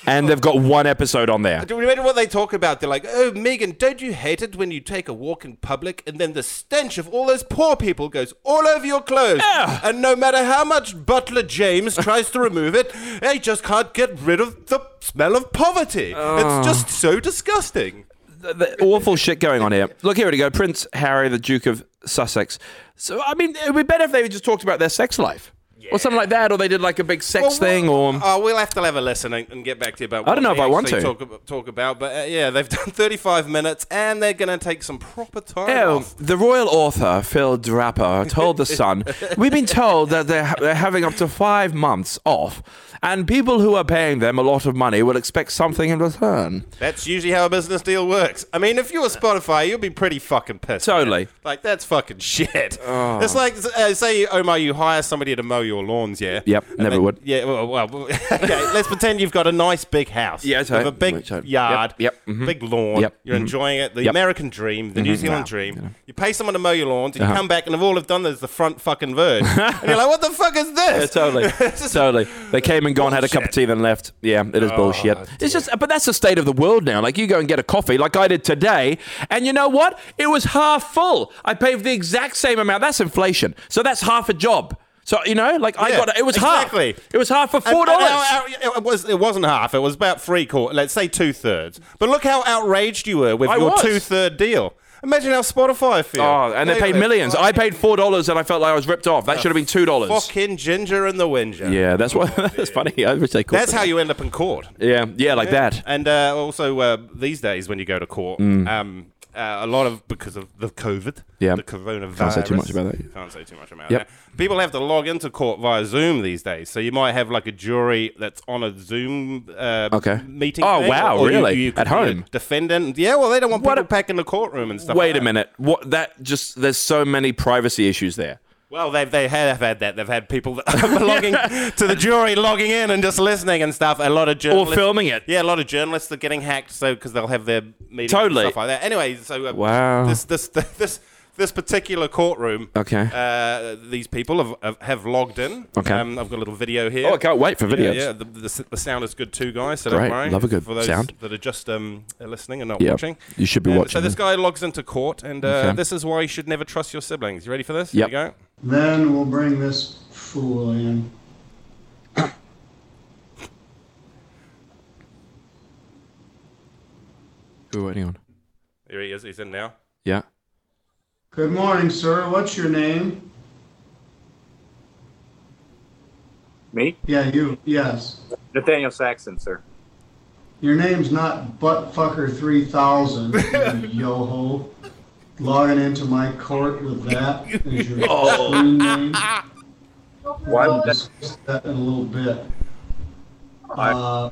Speaker 3: and they've got one episode on there.
Speaker 2: Do you remember what they talk about? They're like, "Oh, Megan, don't you hate it when you take a walk in public and then the stench of all those poor people goes all over your clothes?
Speaker 3: Yeah.
Speaker 2: And no matter how much Butler James tries to remove it, they just can't get rid of the smell of poverty.
Speaker 3: Ah.
Speaker 2: It's just so disgusting."
Speaker 3: the awful shit going on here. Look, here we go. Prince Harry, the Duke of Sussex. So, I mean, it would be better if they just talked about their sex life or something like that, or they did like a big sex thing, or.
Speaker 2: oh, we'll have to have a listen and, and get back to you about. What
Speaker 3: don't know
Speaker 2: we
Speaker 3: if I want
Speaker 2: actually
Speaker 3: to.
Speaker 2: talk, ab- talk about, but uh, yeah, they've done 35 minutes and they're going to take some proper time.
Speaker 3: Oh,
Speaker 2: off.
Speaker 3: the royal author Phil Draper told The Sun, We've been told that they're, they're having up to five months off, and people who are paying them a lot of money will expect something in return.
Speaker 2: That's usually how a business deal works. I mean, if you were Spotify, you'd be pretty fucking pissed. man.
Speaker 3: Totally. Oh.
Speaker 2: Like, that's fucking shit. It's like, uh, say, Omar, you hire somebody to mow your lawns, yeah?
Speaker 3: Yep,
Speaker 2: And
Speaker 3: never would.
Speaker 2: Yeah, well, well okay, let's pretend you've got a nice big house.
Speaker 3: Yeah,
Speaker 2: with
Speaker 3: so-
Speaker 2: a big
Speaker 3: so-
Speaker 2: yard,
Speaker 3: yep, yep, mhm.
Speaker 2: big lawn.
Speaker 3: Yep,
Speaker 2: You're
Speaker 3: mhm.
Speaker 2: enjoying it. The
Speaker 3: Yep. Mm-hmm.
Speaker 2: American dream, the New Zealand dream. You pay someone to mow your lawns, and
Speaker 3: Uh-huh.
Speaker 2: you come back, and all they've done is the front fucking verge. and you're like, what the fuck is
Speaker 3: Yeah,
Speaker 2: this?
Speaker 3: totally,
Speaker 2: It's just-
Speaker 3: totally. They came and gone, had a cup of tea, then left. Yeah, it
Speaker 2: Oh,
Speaker 3: is bullshit. It's just, but that's the state of the world now. Like you go and get a coffee, like I did today, and you know what? It was half full. I paid the exact same amount. That's inflation. So that's half a job. So you know, like I
Speaker 2: Yeah,
Speaker 3: got it was
Speaker 2: exactly.
Speaker 3: half. It was half for
Speaker 2: And-
Speaker 3: four
Speaker 2: and
Speaker 3: dollars.
Speaker 2: how out- It was. It wasn't half. It was about three quarter. Let's say two thirds. But look how outraged you were with
Speaker 3: I
Speaker 2: your
Speaker 3: was.
Speaker 2: two third deal. Imagine how Spotify feels.
Speaker 3: Oh, and they paid millions. I paid four dollars, and I felt like I was ripped off.
Speaker 2: Oh,
Speaker 3: That should have been two dollars.
Speaker 2: fucking ginger and the whinger.
Speaker 3: Yeah, that's what. That's funny. I wish they called.
Speaker 2: Oh, That's how you end up in court.
Speaker 3: Yeah, yeah, like that. Mm.
Speaker 2: And uh, also uh, these days when you go to court, um, uh, a lot of because of the COVID,
Speaker 3: Yeah.
Speaker 2: the coronavirus.
Speaker 3: Can't say too much about that.
Speaker 2: Can't say too much about
Speaker 3: Yep.
Speaker 2: that. People have to log into court via Zoom these days, so you might have like a jury that's on a Zoom uh,
Speaker 3: Okay.
Speaker 2: meeting.
Speaker 3: Oh,
Speaker 2: thing,
Speaker 3: wow,
Speaker 2: or you-
Speaker 3: really?
Speaker 2: you could
Speaker 3: At
Speaker 2: be a
Speaker 3: home?
Speaker 2: defendant. Yeah, well, they don't want
Speaker 3: What
Speaker 2: people
Speaker 3: a-
Speaker 2: back in the courtroom and stuff.
Speaker 3: Wait
Speaker 2: like
Speaker 3: a minute. What? That just. There's so many privacy issues there.
Speaker 2: That. Well, they they have had that. They've had people that are belonging to the jury logging in and just listening and stuff. A lot of
Speaker 3: Or
Speaker 2: journalists
Speaker 3: filming it.
Speaker 2: Yeah, a lot of journalists are getting hacked, so because they'll have their meetings
Speaker 3: Totally.
Speaker 2: and stuff like that. Anyway, so uh,
Speaker 3: Wow.
Speaker 2: this this this this particular courtroom.
Speaker 3: Okay.
Speaker 2: uh, these people have- have have logged in.
Speaker 3: Okay.
Speaker 2: um, I've got a little video here.
Speaker 3: Oh, I can't wait for
Speaker 2: Yeah,
Speaker 3: videos.
Speaker 2: yeah, the, the, s- the sound is good too, guys. So
Speaker 3: Great.
Speaker 2: don't worry.
Speaker 3: Love a good
Speaker 2: for those
Speaker 3: sound.
Speaker 2: that are just um, are listening and not
Speaker 3: Yeah.
Speaker 2: watching.
Speaker 3: You should be
Speaker 2: And So
Speaker 3: watching
Speaker 2: this
Speaker 3: it.
Speaker 2: guy logs into court, and uh,
Speaker 3: Okay.
Speaker 2: this is why you should never trust your siblings. You ready for this? Here
Speaker 3: Yep.
Speaker 2: we go.
Speaker 6: Then we'll bring this fool in.
Speaker 3: We're waiting on.
Speaker 2: Here he is. He's in now.
Speaker 3: Yeah.
Speaker 6: Good morning, sir. What's your name?
Speaker 7: Me?
Speaker 6: Yeah, you. Yes.
Speaker 7: Nathaniel Saxon, sir.
Speaker 6: Your name's not Buttfucker3000, you yoho. Logging into my court with that as your screen name.
Speaker 7: Why
Speaker 6: I'll
Speaker 7: would that-
Speaker 6: discuss that in a little bit. Uh,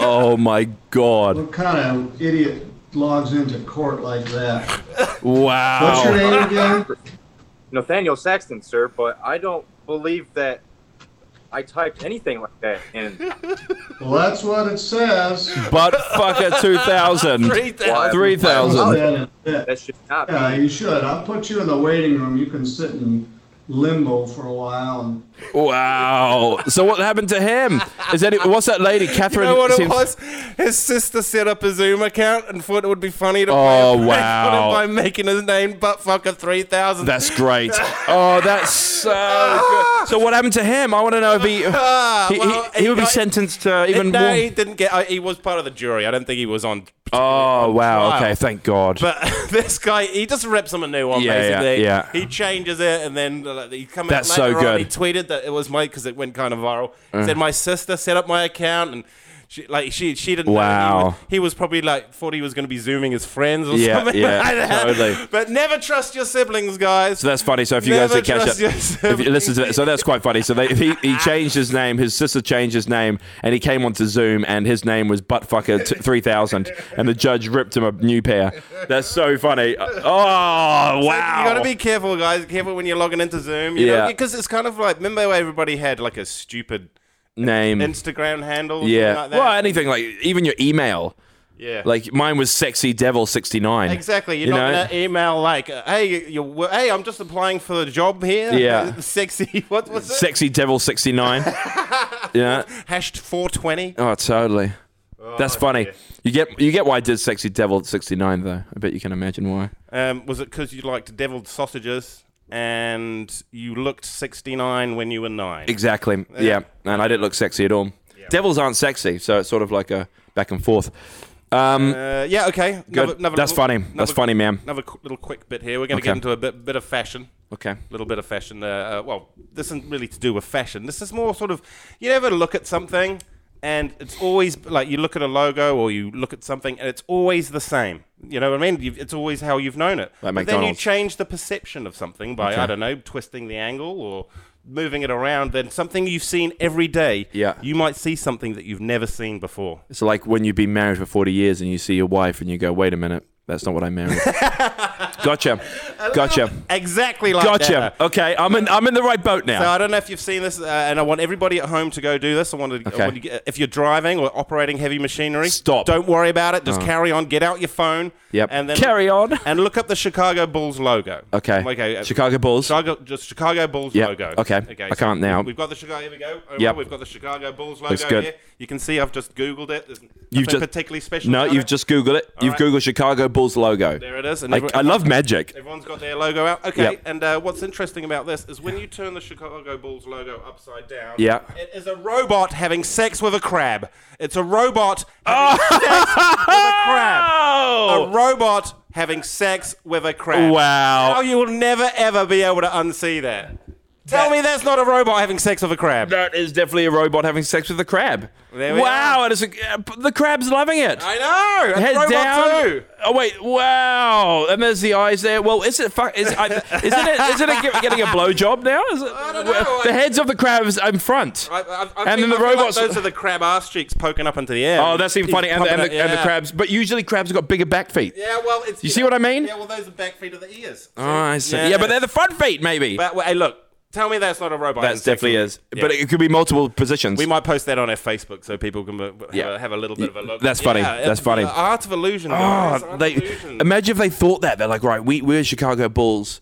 Speaker 3: Oh my god!
Speaker 6: what kind of idiot logs into court like that?
Speaker 3: Wow.
Speaker 6: What's your name again?
Speaker 7: Nathaniel Saxton, sir, but I don't believe that I typed anything like that. And
Speaker 6: Well, that's what it says.
Speaker 3: Butt fucker 2000. 3000.
Speaker 6: That in it.
Speaker 7: that should not be.
Speaker 6: Yeah, you should. I'll put you in the waiting room. You can sit in limbo for a while. And
Speaker 3: Wow. So what happened to him? Is that what's that lady
Speaker 2: You
Speaker 3: Catherine?
Speaker 2: know what it
Speaker 3: seems-
Speaker 2: was? His sister set up a Zoom account and thought it would be funny to
Speaker 3: Oh,
Speaker 2: play a prank on
Speaker 3: wow.
Speaker 2: him by making his name Buttfucker three thousand.
Speaker 3: That's great. Oh, that's so good. So what happened to him? I want to know if he
Speaker 2: Ah,
Speaker 3: he,
Speaker 2: well,
Speaker 3: he, he would be
Speaker 2: got-
Speaker 3: sentenced to
Speaker 2: it-
Speaker 3: even
Speaker 2: no,
Speaker 3: more.
Speaker 2: he didn't get. Uh, he was part of the jury. I don't think he was on.
Speaker 3: Oh wow.
Speaker 2: trial.
Speaker 3: Okay. Thank God.
Speaker 2: But this guy, he just rips him a new one.
Speaker 3: Yeah, yeah,
Speaker 2: basically,
Speaker 3: yeah.
Speaker 2: He changes it, and then uh, he come out
Speaker 3: That's so
Speaker 2: later On,
Speaker 3: good. Uh.
Speaker 2: he tweeted that it was my because it went kind of viral. Said my sister set up my account and. She, like she, she didn't. know that he,
Speaker 3: Wow.
Speaker 2: was, he was probably like thought he was going to be zooming his friends or
Speaker 3: Yeah,
Speaker 2: something.
Speaker 3: yeah,
Speaker 2: like that.
Speaker 3: totally.
Speaker 2: But never trust your siblings, guys.
Speaker 3: So that's funny. So if you guys
Speaker 2: Never
Speaker 3: did catch
Speaker 2: trust
Speaker 3: up, if you listen to that, so that's quite funny. So they, he, he changed his name. His sister changed his name, and he came onto Zoom, and his name was Buttfucker t- three thousand, and the judge ripped him a new pair. That's so funny. Oh wow!
Speaker 2: You gotta be careful, guys. Careful when you're logging into Zoom. You
Speaker 3: Yeah.
Speaker 2: because it's kind of like remember how everybody had like a stupid
Speaker 3: name.
Speaker 2: Instagram handle. or
Speaker 3: Mm. yeah.
Speaker 2: something Like that?
Speaker 3: well, anything like even your email.
Speaker 2: yeah.
Speaker 3: Like mine was sexy devil sixty nine.
Speaker 2: exactly. You're
Speaker 3: you
Speaker 2: not
Speaker 3: know?
Speaker 2: gonna email like, uh, hey, you're, wo- hey, I'm just applying for a job here.
Speaker 3: Yeah.
Speaker 2: Sexy. What was it?
Speaker 3: Sexy devil sixty nine. yeah.
Speaker 2: Hashed 420.
Speaker 3: Oh, totally.
Speaker 2: Oh,
Speaker 3: That's funny. You get you get why I did sexy devil at sixty nine though. I bet you can imagine why.
Speaker 2: Um, was it because you liked deviled sausages and you looked 69 when you were nine?
Speaker 3: Exactly. Yeah. And I didn't look sexy at all. Devils aren't sexy, so it's sort of like a back and forth. Um,
Speaker 2: Uh, yeah. Okay.
Speaker 3: good.
Speaker 2: Another- another
Speaker 3: That's
Speaker 2: little-
Speaker 3: funny. That's
Speaker 2: another-
Speaker 3: funny, ma'am.
Speaker 2: Another qu- little quick bit here. We're gonna get
Speaker 3: Okay.
Speaker 2: into a bit bit of fashion.
Speaker 3: Okay.
Speaker 2: little bit of fashion. Uh, uh, well, this isn't really to do with fashion. This is more sort of you ever look at something and it's always like you look at a logo or you look at something and it's always the same. You know what I mean? You've, it's always how you've known it.
Speaker 3: Like
Speaker 2: but then you
Speaker 3: McDonald's.
Speaker 2: change the perception of something by I don't know twisting the angle or moving it around. Then something you've seen every day,
Speaker 3: Yeah.
Speaker 2: you might see something that you've never seen before.
Speaker 3: It's like when you've been married for forty years and you see your wife and you go, "Wait a minute, that's not what I married." gotcha. Gotcha.
Speaker 2: Exactly like that.
Speaker 3: Gotcha. Okay, I'm in. I'm in the right boat
Speaker 2: So
Speaker 3: now.
Speaker 2: I don't know if you've seen this, uh, and I want everybody at home to go do this. I want, to, I
Speaker 3: Okay.
Speaker 2: want you to- if you're driving or operating heavy machinery,
Speaker 3: Stop.
Speaker 2: Don't worry about it. Just carry on. Get out your phone.
Speaker 3: Yep.
Speaker 2: And then
Speaker 3: Carry on.
Speaker 2: And look up the Chicago Bulls logo.
Speaker 3: Okay.
Speaker 2: Okay. uh,
Speaker 3: Chicago Bulls.
Speaker 2: Chicago, just Chicago Bulls
Speaker 3: Yep.
Speaker 2: logo.
Speaker 3: Okay. I can't now.
Speaker 2: We've got the Chicago. Here we go. Over,
Speaker 3: Yep.
Speaker 2: We've got the Chicago Bulls logo
Speaker 3: Looks good.
Speaker 2: here. You can see I've just Googled it. There's nothing
Speaker 3: You've just
Speaker 2: particularly special.
Speaker 3: No,
Speaker 2: about
Speaker 3: you've
Speaker 2: it.
Speaker 3: just Googled it. you've
Speaker 2: right.
Speaker 3: Googled Chicago Bulls logo.
Speaker 2: There it is. And
Speaker 3: I,
Speaker 2: everyone-
Speaker 3: I love magic.
Speaker 2: Everyone's got their logo out. Okay,
Speaker 3: Yep.
Speaker 2: and uh, what's interesting about this is when you turn the Chicago Bulls logo upside down,
Speaker 3: Yeah.
Speaker 2: it is a robot having sex with a crab. It's a robot having sex with a crab. A
Speaker 3: Oh!
Speaker 2: robot having sex with a crab.
Speaker 3: Wow.
Speaker 2: Now you will never ever be able to unsee that. Tell me that's not a robot having sex with a crab.
Speaker 3: That is definitely a robot having sex with a crab.
Speaker 2: There we
Speaker 3: wow!
Speaker 2: are.
Speaker 3: It is a, uh, the crab's loving it.
Speaker 2: I know. That's
Speaker 3: Head
Speaker 2: robot
Speaker 3: down.
Speaker 2: too.
Speaker 3: Oh wait! Wow! And there's the eyes there. Well, is it? Fu- is, I, isn't it? Isn't it ge- getting a blowjob now? Is it,
Speaker 2: I don't know.
Speaker 3: The heads of the crabs in front,
Speaker 2: I, I, I
Speaker 3: and
Speaker 2: think-
Speaker 3: then
Speaker 2: I
Speaker 3: the
Speaker 2: feel like
Speaker 3: robots.
Speaker 2: those are the crab ass cheeks poking up into the air.
Speaker 3: oh, that's even
Speaker 2: He's
Speaker 3: funny. And the, and, the,
Speaker 2: pumping it,
Speaker 3: and the
Speaker 2: yeah.
Speaker 3: crabs, but usually crabs have got bigger back feet.
Speaker 2: Yeah, well, it's
Speaker 3: You see what I mean?
Speaker 2: Yeah, well, those are back feet of the ears.
Speaker 3: Oh, I see. Yeah, but they're the front feet, maybe.
Speaker 2: But well, hey, look, tell me that's not a robot.
Speaker 3: That's definitely is.
Speaker 2: Yeah.
Speaker 3: But it could be multiple positions.
Speaker 2: We might post that on our Facebook so people can uh, have,
Speaker 3: Yeah.
Speaker 2: a, have a little bit of a look.
Speaker 3: That's funny.
Speaker 2: Yeah,
Speaker 3: That's
Speaker 2: it's
Speaker 3: funny.
Speaker 2: The art of illusion. guys.
Speaker 3: Oh,
Speaker 2: Art
Speaker 3: they,
Speaker 2: of illusion.
Speaker 3: imagine if they thought that. They're like, right, we, we're Chicago Bulls.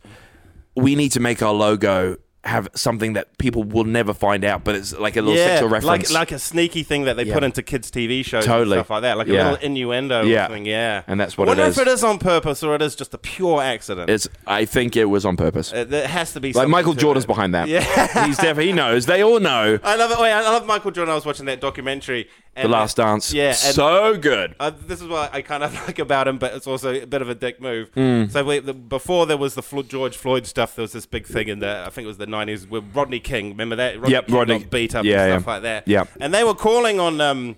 Speaker 3: We need to make our logo have something that people will never find out, but it's like a little
Speaker 2: yeah,
Speaker 3: sexual reference.
Speaker 2: like like a sneaky thing that they
Speaker 3: Yeah.
Speaker 2: put into kids' TV shows
Speaker 3: Totally.
Speaker 2: and stuff like that, like
Speaker 3: Yeah.
Speaker 2: a little innuendo.
Speaker 3: Yeah.
Speaker 2: or something. yeah,
Speaker 3: And that's what it
Speaker 2: Wonder
Speaker 3: is.
Speaker 2: if it is on purpose or it is just a pure accident.
Speaker 3: it's, I think it was on purpose.
Speaker 2: Uh, there has to be
Speaker 3: like
Speaker 2: something
Speaker 3: Michael
Speaker 2: to
Speaker 3: Jordan's
Speaker 2: it.
Speaker 3: behind that.
Speaker 2: Yeah.
Speaker 3: he's deaf. He knows. They all know.
Speaker 2: I love it. Wait, I love Michael Jordan. I was watching that documentary. And
Speaker 3: The Last Dance.
Speaker 2: Yeah. And
Speaker 3: so good.
Speaker 2: uh, this is what I kind of like about him, but it's also a bit of a dick move.
Speaker 3: Hmm.
Speaker 2: So we, the, before there was the Flo- George Floyd stuff, there was this big thing in the I think it was the nineties with Rodney King. Remember that? Rodney
Speaker 3: Yep,
Speaker 2: King
Speaker 3: Rodney-
Speaker 2: got beat up
Speaker 3: yeah,
Speaker 2: and
Speaker 3: yeah.
Speaker 2: stuff like that.
Speaker 3: Yep.
Speaker 2: and they were calling on um,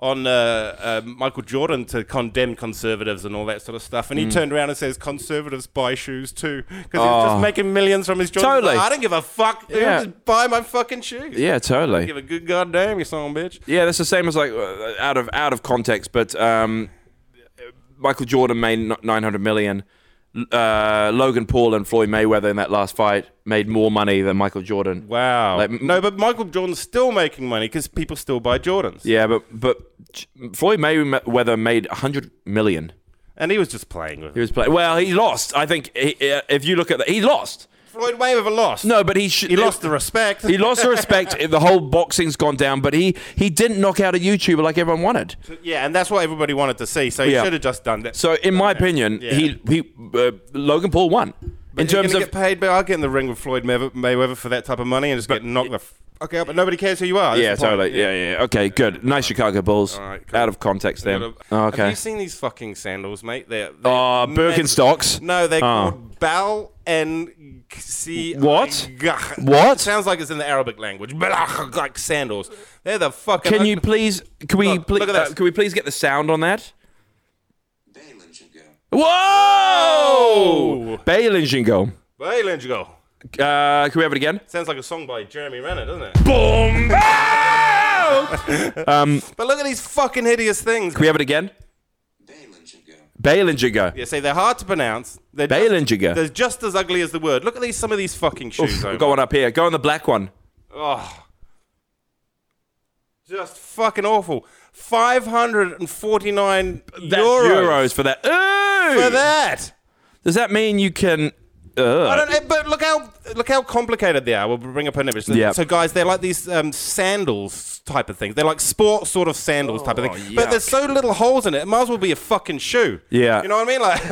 Speaker 2: on uh, uh, Michael Jordan to condemn conservatives and all that sort of stuff,
Speaker 3: Hmm.
Speaker 2: and he turned around and says conservatives buy shoes too because he was
Speaker 3: Oh.
Speaker 2: just making millions from his Jordan.
Speaker 3: Totally.
Speaker 2: I don't give a fuck. dude.
Speaker 3: Yeah.
Speaker 2: Just buy my fucking shoes.
Speaker 3: Yeah, totally.
Speaker 2: Give a good goddamn, you son of a bitch.
Speaker 3: Yeah, that's the same as like uh, out of out of context, but um, Michael Jordan made n- 900 million. Uh, Logan Paul and Floyd Mayweather in that last fight made more money than Michael Jordan.
Speaker 2: Wow.
Speaker 3: Like, m-
Speaker 2: no, but Michael Jordan's still making money because people still buy Jordans.
Speaker 3: Yeah, but but Floyd Mayweather made 100 million.
Speaker 2: And he was just playing with
Speaker 3: He
Speaker 2: it.
Speaker 3: was playing. Well, he lost. I think he, uh, if you look at that, he lost.
Speaker 2: Floyd Mayweather lost.
Speaker 3: No, but he should.
Speaker 2: He lost the respect.
Speaker 3: He lost the respect. The whole boxing's gone down, but he he didn't knock out a YouTuber like everyone wanted.
Speaker 2: yeah, and that's what everybody wanted to see. So he
Speaker 3: Yeah.
Speaker 2: should have just done that.
Speaker 3: So, in my opinion,
Speaker 2: Yeah.
Speaker 3: he he uh, Logan Paul won. in
Speaker 2: You're
Speaker 3: terms
Speaker 2: gonna
Speaker 3: of
Speaker 2: get paid, but I'll get in the ring with Floyd Maywe- Mayweather for that type of money and just get knocked the fuck out. But nobody cares who you are. That's
Speaker 3: yeah,
Speaker 2: the point.
Speaker 3: totally. Yeah, yeah. Okay, good. Nice Chicago Bulls.
Speaker 2: Alright, cool.
Speaker 3: Out of context,
Speaker 2: You
Speaker 3: then.
Speaker 2: gotta- Have
Speaker 3: Oh, okay.
Speaker 2: you seen these fucking sandals, mate? They're, they
Speaker 3: Ah, Birkenstocks.
Speaker 2: No, they're
Speaker 3: Ah.
Speaker 2: called Bal and Ksi.
Speaker 3: What?
Speaker 2: Gah.
Speaker 3: What?
Speaker 2: Sounds like it's in the Arabic language. Blah, Like sandals. They're the fucking.
Speaker 3: Can you please? Can we
Speaker 2: Look,
Speaker 3: please?
Speaker 2: look at this.
Speaker 3: Uh, can we please get the sound on that?
Speaker 4: They let you go.
Speaker 3: Whoa! Bale and Jingo.
Speaker 2: Hey, Lenjigo.
Speaker 3: Uh, can we have it again?
Speaker 2: Sounds like a song by Jeremy Renner, doesn't it? Boom! but look at these fucking hideous things.
Speaker 3: Can we have it again?
Speaker 4: They let you go.
Speaker 3: Bale and Jingo.
Speaker 2: Yeah, see, they're hard to pronounce. They're
Speaker 3: Bale and
Speaker 2: just,
Speaker 3: Jiga.
Speaker 2: they're just as ugly as the word. Look at these. Some of these fucking shoes.
Speaker 3: We've
Speaker 2: Omar.
Speaker 3: got one up here. Go on the black one.
Speaker 2: Oh. Just fucking awful. 549
Speaker 3: That's
Speaker 2: euros,
Speaker 3: euros for that. Ooh!
Speaker 2: for that.
Speaker 3: Does that mean you can?
Speaker 2: I
Speaker 3: Uh,
Speaker 2: don't know, but look how look how complicated they are. We'll bring up an image. So,
Speaker 3: Yeah.
Speaker 2: so guys, they're like these um, sandals type of things. They're like sport sort of sandals type of thing.
Speaker 3: Oh,
Speaker 2: But there's so little holes in it. It might as well be a fucking shoe.
Speaker 3: Yeah.
Speaker 2: you know what I mean? Like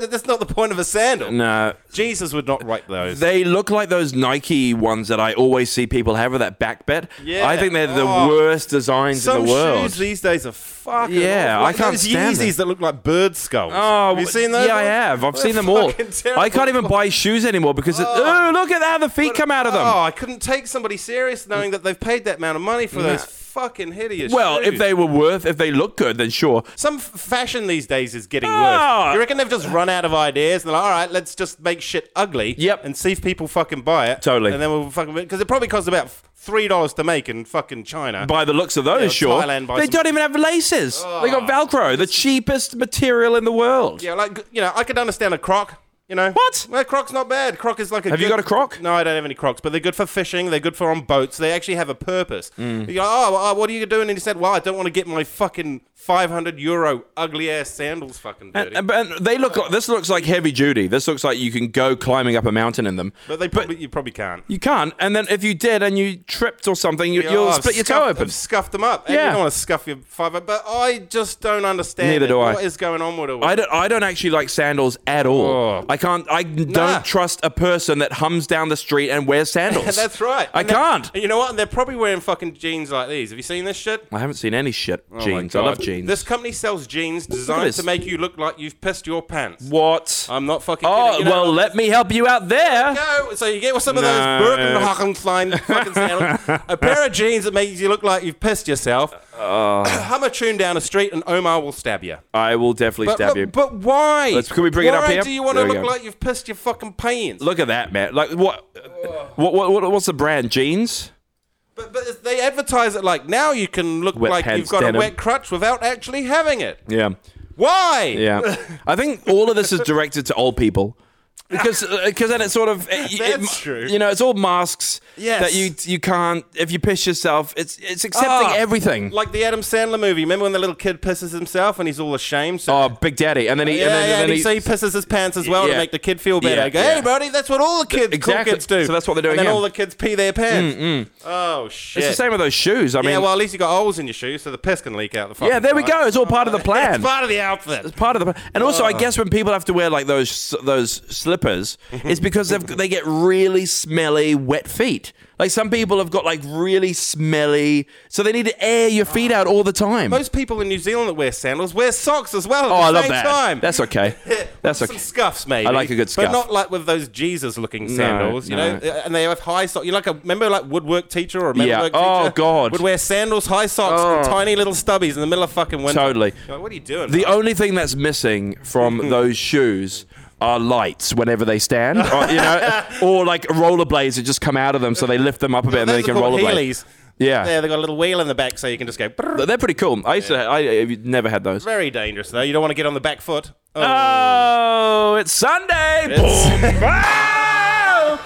Speaker 2: that's not the point of a sandal.
Speaker 3: no.
Speaker 2: Jesus would not write those.
Speaker 3: They look like those Nike ones that I always see people have with that back bed.
Speaker 2: Yeah.
Speaker 3: I think they're the
Speaker 2: Oh.
Speaker 3: worst designs
Speaker 2: Some
Speaker 3: in the world.
Speaker 2: shoes these days are fucking.
Speaker 3: Yeah,
Speaker 2: awful. Like
Speaker 3: I can't
Speaker 2: those
Speaker 3: stand them.
Speaker 2: Yeezys that look like bird skulls.
Speaker 3: Oh,
Speaker 2: have you seen those?
Speaker 3: Yeah, I
Speaker 2: ones?
Speaker 3: have. I've
Speaker 2: They're
Speaker 3: seen them all.
Speaker 2: fucking
Speaker 3: I can't
Speaker 2: terrible.
Speaker 3: even buy shoes anymore because, it,
Speaker 2: Oh.
Speaker 3: oh, look at how the feet come out of them.
Speaker 2: Oh, I couldn't take somebody serious knowing that they've paid that amount of money for those fucking hideous.
Speaker 3: well,
Speaker 2: shoes.
Speaker 3: if they were worth, if they look good, then sure.
Speaker 2: Some f- fashion these days is getting
Speaker 3: Ah.
Speaker 2: worse. You reckon they've just run out of ideas and they're like, all right, let's just make shit ugly
Speaker 3: Yep.
Speaker 2: and see if people fucking buy it.
Speaker 3: Totally.
Speaker 2: And then we'll fucking. Because it probably costs about $3 to make in fucking China.
Speaker 3: By the looks of those,
Speaker 2: Yeah,
Speaker 3: sure.
Speaker 2: Thailand buys
Speaker 3: they
Speaker 2: them. Oh.
Speaker 3: don't even have laces. They got Velcro, the cheapest material in the world.
Speaker 2: yeah, like, you know, I could understand a croc. You know
Speaker 3: What?
Speaker 2: Well, croc's not bad. Croc is like a.
Speaker 3: Have you
Speaker 2: good-
Speaker 3: got a croc?
Speaker 2: No, I don't have any crocs, but they're good for fishing. They're good for on boats. They actually have a purpose.
Speaker 3: Hmm.
Speaker 2: You go, oh, well, uh, what are you doing? And he said, well, I don't want to get my fucking 500 euro ugly ass sandals fucking dirty.
Speaker 3: And, and they look. Like, this looks like heavy duty. This looks like you can go climbing up a mountain in them.
Speaker 2: but they probably you probably can't.
Speaker 3: You can't. And then if you did and you tripped or something, you,
Speaker 2: Yeah,
Speaker 3: you'll
Speaker 2: oh, I've
Speaker 3: split your
Speaker 2: scuffed,
Speaker 3: toe open.
Speaker 2: I've scuffed them up. Yeah.
Speaker 3: Yeah.
Speaker 2: You don't want to scuff your five but I just don't understand.
Speaker 3: Neither
Speaker 2: it.
Speaker 3: do I.
Speaker 2: What is going on with it?
Speaker 3: I don't. I don't actually like sandals at all.
Speaker 2: Oh.
Speaker 3: I can't. I don't trust a person that hums down the street and wears sandals.
Speaker 2: That's right.
Speaker 3: I
Speaker 2: And they're-
Speaker 3: can't.
Speaker 2: And you know what? And they're probably wearing fucking jeans like these. Have you seen this shit?
Speaker 3: I haven't seen any shit
Speaker 2: Oh my
Speaker 3: jeans. I
Speaker 2: God.
Speaker 3: love jeans.
Speaker 2: This company sells jeans designed
Speaker 3: this.
Speaker 2: to make you look like you've pissed your pants.
Speaker 3: what?
Speaker 2: I'm not fucking
Speaker 3: oh
Speaker 2: kidding. You know,
Speaker 3: well, let me help you out there.
Speaker 2: go. So you get some of those
Speaker 3: No.
Speaker 2: Birkenhockensline fucking sandals, a pair of jeans that makes you look like you've pissed yourself.
Speaker 3: Oh.
Speaker 2: Hum a tune down a street and Omar will stab you.
Speaker 3: I will definitely
Speaker 2: But,
Speaker 3: stab
Speaker 2: but,
Speaker 3: you.
Speaker 2: but why?
Speaker 3: Let's- can we bring it up
Speaker 2: Why
Speaker 3: here?
Speaker 2: do you want to
Speaker 3: There we
Speaker 2: look
Speaker 3: go.
Speaker 2: like you've pissed your fucking pants?
Speaker 3: Look at that, man. Like what?
Speaker 2: Oh.
Speaker 3: What, what? what? What's the brand? Jeans?
Speaker 2: But, but they advertise it like now you can look
Speaker 3: Wet
Speaker 2: like
Speaker 3: pants,
Speaker 2: you've got
Speaker 3: denim.
Speaker 2: a wet crutch without actually having it.
Speaker 3: Yeah.
Speaker 2: Why?
Speaker 3: Yeah. I think all of this is directed to old people. because because then it's sort of it, it-
Speaker 2: That's
Speaker 3: it-
Speaker 2: true.
Speaker 3: You know, it's all masks
Speaker 2: Yes.
Speaker 3: that you you can't if you piss yourself. It's it's accepting
Speaker 2: Ah,
Speaker 3: everything.
Speaker 2: Like the Adam Sandler movie. Remember when the little kid pisses himself and he's all ashamed? So
Speaker 3: oh, Big Daddy, and then he
Speaker 2: yeah,
Speaker 3: and then,
Speaker 2: yeah,
Speaker 3: then
Speaker 2: and he,
Speaker 3: he,
Speaker 2: so he pisses his pants as well
Speaker 3: Yeah.
Speaker 2: to make the kid feel better.
Speaker 3: Yeah,
Speaker 2: Go,
Speaker 3: yeah.
Speaker 2: hey, buddy, that's what all the kids,
Speaker 3: Exactly.
Speaker 2: cool kids do.
Speaker 3: So that's what they're
Speaker 2: And
Speaker 3: doing
Speaker 2: then
Speaker 3: here. Mm,
Speaker 2: all the kids pee their pants. Oh shit!
Speaker 3: it's the same with those shoes. I mean,
Speaker 2: yeah,
Speaker 3: yeah,
Speaker 2: well, at least you got holes in your shoes, so the piss can leak out the. fucking
Speaker 3: there we
Speaker 2: front.
Speaker 3: go. It's all part of the plan.
Speaker 2: It's part of the outfit.
Speaker 3: It's part of the, and also I guess when people have to wear like those those slippers,
Speaker 2: Mm-hmm.
Speaker 3: it's because they've, they get really smelly wet feet. Like some people have got like really smelly, so they need to air your feet out all the time.
Speaker 2: Most people in New Zealand that wear sandals wear socks as well. At
Speaker 3: oh,
Speaker 2: the
Speaker 3: I love
Speaker 2: same
Speaker 3: that.
Speaker 2: Time.
Speaker 3: That's okay. That's
Speaker 2: Some
Speaker 3: okay.
Speaker 2: scuffs, maybe.
Speaker 3: I like a good
Speaker 2: But
Speaker 3: scuff.
Speaker 2: not like with those Jesus-looking sandals, you
Speaker 3: no.
Speaker 2: know. And they have high socks. You like a remember like woodwork teacher or a metalwork
Speaker 3: Yeah.
Speaker 2: teacher?
Speaker 3: Oh, God.
Speaker 2: Would wear sandals, high socks, and
Speaker 3: Oh.
Speaker 2: tiny little stubbies in the middle of fucking winter.
Speaker 3: Totally.
Speaker 2: You're like, what are you doing?
Speaker 3: The
Speaker 2: bro?
Speaker 3: only thing that's missing
Speaker 2: Mm-hmm.
Speaker 3: from those shoes are lights whenever they stand, or, you know, or like rollerblades that just come out of them, so they lift them up a bit and then
Speaker 2: Those
Speaker 3: they
Speaker 2: are
Speaker 3: can
Speaker 2: called
Speaker 3: rollerblade. Ah.
Speaker 2: Heelys.
Speaker 3: Yeah.
Speaker 2: Yeah, they got a little wheel in the back, so you can just go. brrr.
Speaker 3: They're pretty cool. I used to. I, I never had those.
Speaker 2: Very dangerous though. You don't want to get on the back foot. Oh.
Speaker 3: Oh, it's Sunday. Boom. Ah!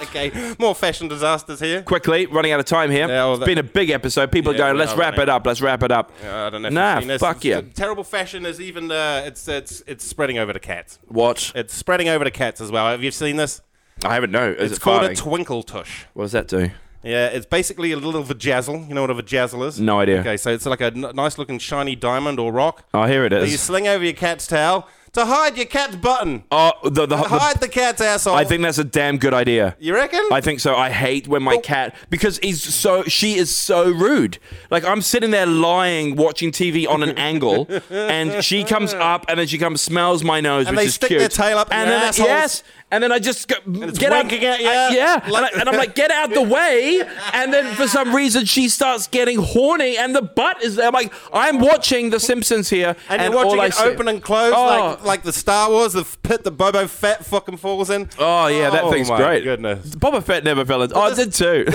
Speaker 2: Okay, more fashion disasters here.
Speaker 3: Quickly, running out of time here.
Speaker 2: Yeah, well,
Speaker 3: it's
Speaker 2: that-
Speaker 3: been a big episode. People are
Speaker 2: Yeah,
Speaker 3: going,
Speaker 2: we
Speaker 3: let's
Speaker 2: are
Speaker 3: wrap
Speaker 2: running.
Speaker 3: it up. Let's wrap it up.
Speaker 2: Uh, I don't know. If
Speaker 3: Nah,
Speaker 2: you've seen this.
Speaker 3: fuck
Speaker 2: It's-
Speaker 3: yeah.
Speaker 2: it's- Terrible fashion is even uh, it's it's it's spreading over to cats.
Speaker 3: What?
Speaker 2: It's spreading over to cats as well. Have you seen this?
Speaker 3: I haven't know. Is
Speaker 2: It's
Speaker 3: it
Speaker 2: called
Speaker 3: farting?
Speaker 2: a twinkle tush.
Speaker 3: what does that do?
Speaker 2: Yeah, it's basically a little vajazzle. You know what a vajazzle is?
Speaker 3: No idea.
Speaker 2: Okay, so it's like a n- nice looking shiny diamond or rock.
Speaker 3: Oh, here it
Speaker 2: that you
Speaker 3: is.
Speaker 2: sling over your cat's towel to hide your cat's button.
Speaker 3: Oh, the, the, the-
Speaker 2: hide the cat's asshole.
Speaker 3: I think that's a damn good idea.
Speaker 2: You reckon?
Speaker 3: I think so. I hate when my cat because he's so she is so rude. Like I'm sitting there lying, watching TV on an angle, and she comes up and then she comes smells my nose,
Speaker 2: And
Speaker 3: which
Speaker 2: they
Speaker 3: is
Speaker 2: stick
Speaker 3: cute.
Speaker 2: their tail up
Speaker 3: and
Speaker 2: your
Speaker 3: then
Speaker 2: assholes.
Speaker 3: yes, and then I just go,
Speaker 2: it's
Speaker 3: get out,
Speaker 2: winking at you.
Speaker 3: I- yeah, and, I,
Speaker 2: Like-
Speaker 3: and I'm like get out the way, and then for some reason she starts getting horny, and the butt is. I'm like I'm watching The Simpsons here,
Speaker 2: and,
Speaker 3: all
Speaker 2: you're watching
Speaker 3: I
Speaker 2: it
Speaker 3: see-
Speaker 2: open and close
Speaker 3: Oh.
Speaker 2: like, like the Star Wars, the f- pit that Bobo Fett fucking falls in.
Speaker 3: Oh yeah, that
Speaker 2: Oh
Speaker 3: thing's
Speaker 2: my
Speaker 3: great.
Speaker 2: goodness.
Speaker 3: Boba Fett never fell in. Oh, I did too.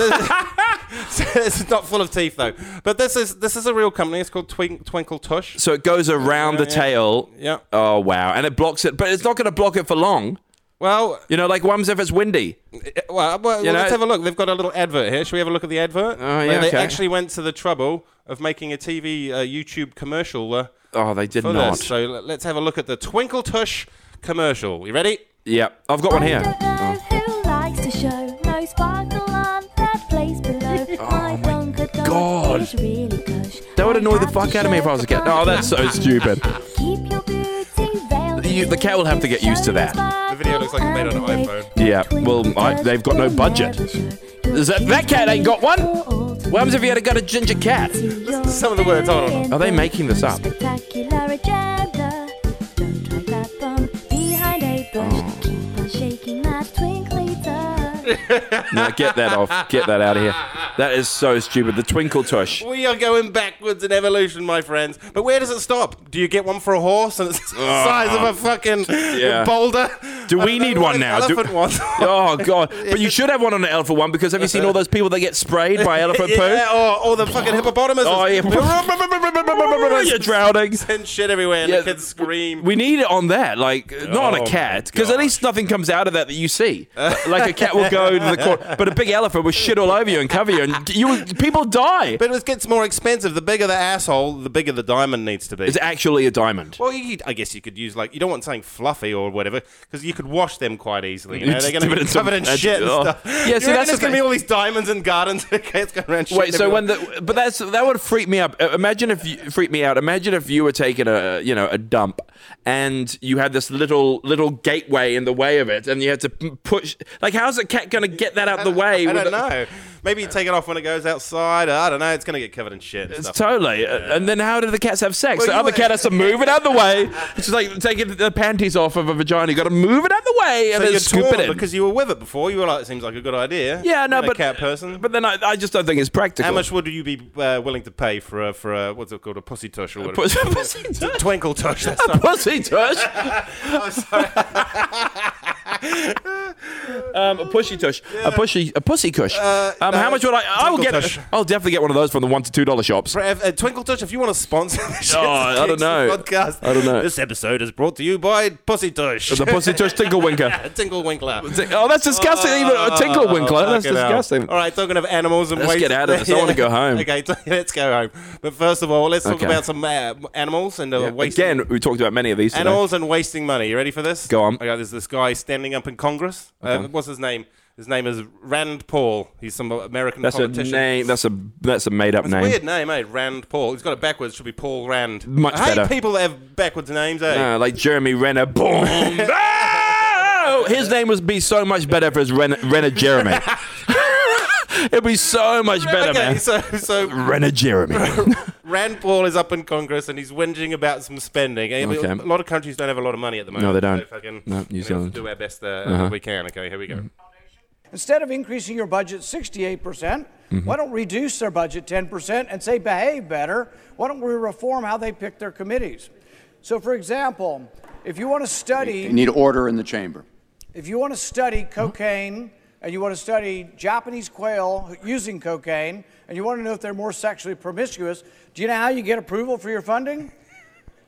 Speaker 2: it's not full of teeth though. But this is this is a real company. It's called Twink, Twinkle Tush.
Speaker 3: So it goes around the tail.
Speaker 2: Yeah.
Speaker 3: Oh wow, and it blocks it, but it's not going to block it for long.
Speaker 2: Well,
Speaker 3: You know, like ones if it's windy.
Speaker 2: Well, uh, well
Speaker 3: You
Speaker 2: let's
Speaker 3: know-
Speaker 2: have a look. They've got a little advert here. Should we have a look at the advert?
Speaker 3: Oh, yeah,
Speaker 2: Where they
Speaker 3: okay.
Speaker 2: actually went to the trouble of making a TV, uh, YouTube commercial uh,
Speaker 3: Oh, they did
Speaker 2: for
Speaker 3: not.
Speaker 2: this. So l- let's have a look at the Twinkle Tush commercial. You ready?
Speaker 3: yeah, I've got one
Speaker 8: I'm
Speaker 3: here.
Speaker 8: the girl who likes to show no sparkle on that place below. my phone could go.
Speaker 3: Oh God.
Speaker 8: It's really cush.
Speaker 3: That would
Speaker 8: I
Speaker 3: annoy the
Speaker 8: have to
Speaker 3: fuck out of me if I was a
Speaker 8: show
Speaker 3: cat. Oh, that's so stupid.
Speaker 8: Keep your booty veiled.
Speaker 3: You- the cat will have to get used to that.
Speaker 8: The
Speaker 2: video looks like it's made on an iPhone.
Speaker 3: Yeah, well, I- they've got no budget. Is that- that cat ain't got one? Whams if you had got a ginger cat.
Speaker 2: some of the words, hold on.
Speaker 3: Are they making this up?
Speaker 8: Spectacular agenda. Don't drag that bum behind a bush.
Speaker 3: Oh.
Speaker 8: Keep on shaking that twinkly tush.
Speaker 3: No, get that off. Get that out of here. That is so stupid. The twinkle tush.
Speaker 2: We are going backwards in evolution, my friends. But where does it stop? Do you get one for a horse and it's the size of a fucking
Speaker 3: Ah. yeah.
Speaker 2: boulder?
Speaker 3: Do
Speaker 2: I
Speaker 3: we
Speaker 2: don't know
Speaker 3: need
Speaker 2: what
Speaker 3: one
Speaker 2: an
Speaker 3: now? Do-
Speaker 2: Elephant one.
Speaker 3: Oh god! But you should have one on an elephant one because have you seen all those people that get sprayed by elephant
Speaker 2: yeah,
Speaker 3: poo?
Speaker 2: or, or the fucking hippopotamuses.
Speaker 3: Oh yeah. You're drowning.
Speaker 2: And shit everywhere, and
Speaker 3: Yeah,
Speaker 2: the kids scream.
Speaker 3: We need it on that, like not on a
Speaker 2: Oh my
Speaker 3: cat, because at least nothing comes out of that that you see. like a cat will go to the court, but a big elephant will shit all over you and cover you, and you people die.
Speaker 2: But it gets more expensive. The bigger the asshole, the bigger the diamond needs to be.
Speaker 3: it's actually a diamond.
Speaker 2: well, you, I guess you could use like you don't want something fluffy or whatever because you could wash them quite easily. You
Speaker 3: You
Speaker 2: know? They're
Speaker 3: just
Speaker 2: going to
Speaker 3: dip it
Speaker 2: be
Speaker 3: in some-
Speaker 2: covered in
Speaker 3: that's-
Speaker 2: shit and
Speaker 3: oh.
Speaker 2: stuff.
Speaker 3: Yeah, see,
Speaker 2: You reckon
Speaker 3: that's the
Speaker 2: there's going to
Speaker 3: thing.
Speaker 2: be all these diamonds and gardens. Okay, it's going around.
Speaker 3: Wait, so when the but that's that would freak me up. Uh, Imagine if you freak me out. Imagine if you were taking a you know a dump, and you had this little little gateway in the way of it, and you had to p- push. Like, how's a cat gonna get that out the way?
Speaker 2: I
Speaker 3: with
Speaker 2: don't
Speaker 3: a-
Speaker 2: know. Maybe you take it off when it goes outside. I don't know. It's going to get covered in shit. And
Speaker 3: It's
Speaker 2: stuff.
Speaker 3: Totally. Uh, And then how do the cats have sex?
Speaker 2: Well,
Speaker 3: the
Speaker 2: you were-
Speaker 3: other cat has to move it out the way. It's just like taking the panties off of a vagina. You got to move it out the way and
Speaker 2: so
Speaker 3: then
Speaker 2: you're
Speaker 3: scoop
Speaker 2: torn
Speaker 3: it in.
Speaker 2: because you were with it before. You were like, it seems like a good idea.
Speaker 3: yeah, no,
Speaker 2: You're a
Speaker 3: but
Speaker 2: cat person.
Speaker 3: But then I, I just don't think it's practical.
Speaker 2: how much would you be uh, willing to pay for a, for a what's it called a pussy tush or whatever?
Speaker 3: pussy, pussy tush?
Speaker 2: Twinkle tush. That's
Speaker 3: Pussy tush? Um, a pushy tush, a pushy, a pussy cush. um,
Speaker 2: no,
Speaker 3: how much would I? I will get.
Speaker 2: Uh, tinkle tush.
Speaker 3: I'll definitely get one of those from the one to two dollar shops.
Speaker 2: Right, if- uh, Twinkle Touch, if you want to sponsor the Shits and
Speaker 3: I don't
Speaker 2: Gigs
Speaker 3: know.
Speaker 2: podcast,
Speaker 3: I don't know.
Speaker 2: This episode is brought to you by Pussy Touch.
Speaker 3: The pussy tush tinkle winker.
Speaker 2: Tinkle Winkler.
Speaker 3: Oh, that's disgusting. Even a tinkle winkler. That's
Speaker 2: Fucking hell.
Speaker 3: disgusting.
Speaker 2: All right, talking of animals and
Speaker 3: Let's
Speaker 2: ways-
Speaker 3: get out of this. I wanna go home.
Speaker 2: okay, t- let's go home. But first of all, let's talk
Speaker 3: Okay.
Speaker 2: about some uh, animals and uh,
Speaker 3: Yeah,
Speaker 2: wasting
Speaker 3: Again, we talked about many of these. today.
Speaker 2: animals and wasting money. You ready for this?
Speaker 3: Go on.
Speaker 2: Okay, there's this guy standing up in Congress. Uh, what's his name? His name is Rand Paul. He's some American
Speaker 3: That's a
Speaker 2: politician.
Speaker 3: name. That's a that's a made up
Speaker 2: It's a
Speaker 3: name.
Speaker 2: weird name, eh? Rand Paul. He's got it backwards. Should be Paul Rand.
Speaker 3: Much
Speaker 2: I hate
Speaker 3: better.
Speaker 2: people that have backwards names, eh?
Speaker 3: Uh, like Jeremy Renner. Boom. Oh! His name would be so much better if it was Ren- Renner Jeremy. It'd be so much better,
Speaker 2: okay,
Speaker 3: man.
Speaker 2: so so
Speaker 3: Renner Jeremy.
Speaker 2: Rand Paul is up in Congress and he's whinging about some spending. Eh,
Speaker 3: Okay.
Speaker 2: A lot of countries don't have a lot of money at the moment.
Speaker 3: No, they don't.
Speaker 2: So fucking,
Speaker 3: No, New
Speaker 2: we have to
Speaker 3: Zealand. Uh-huh.
Speaker 2: do our best uh, we can. Okay, here we go.
Speaker 9: Instead of increasing your budget 68%, percent why don't we reduce their budget 10% and say behave better? Why don't we reform how they pick their committees? So for example, if you want to study
Speaker 10: need order in the chamber.
Speaker 9: if you want to study cocaine and you want to study Japanese quail using cocaine and you want to know if they're more sexually promiscuous, do you know how you get approval for your funding?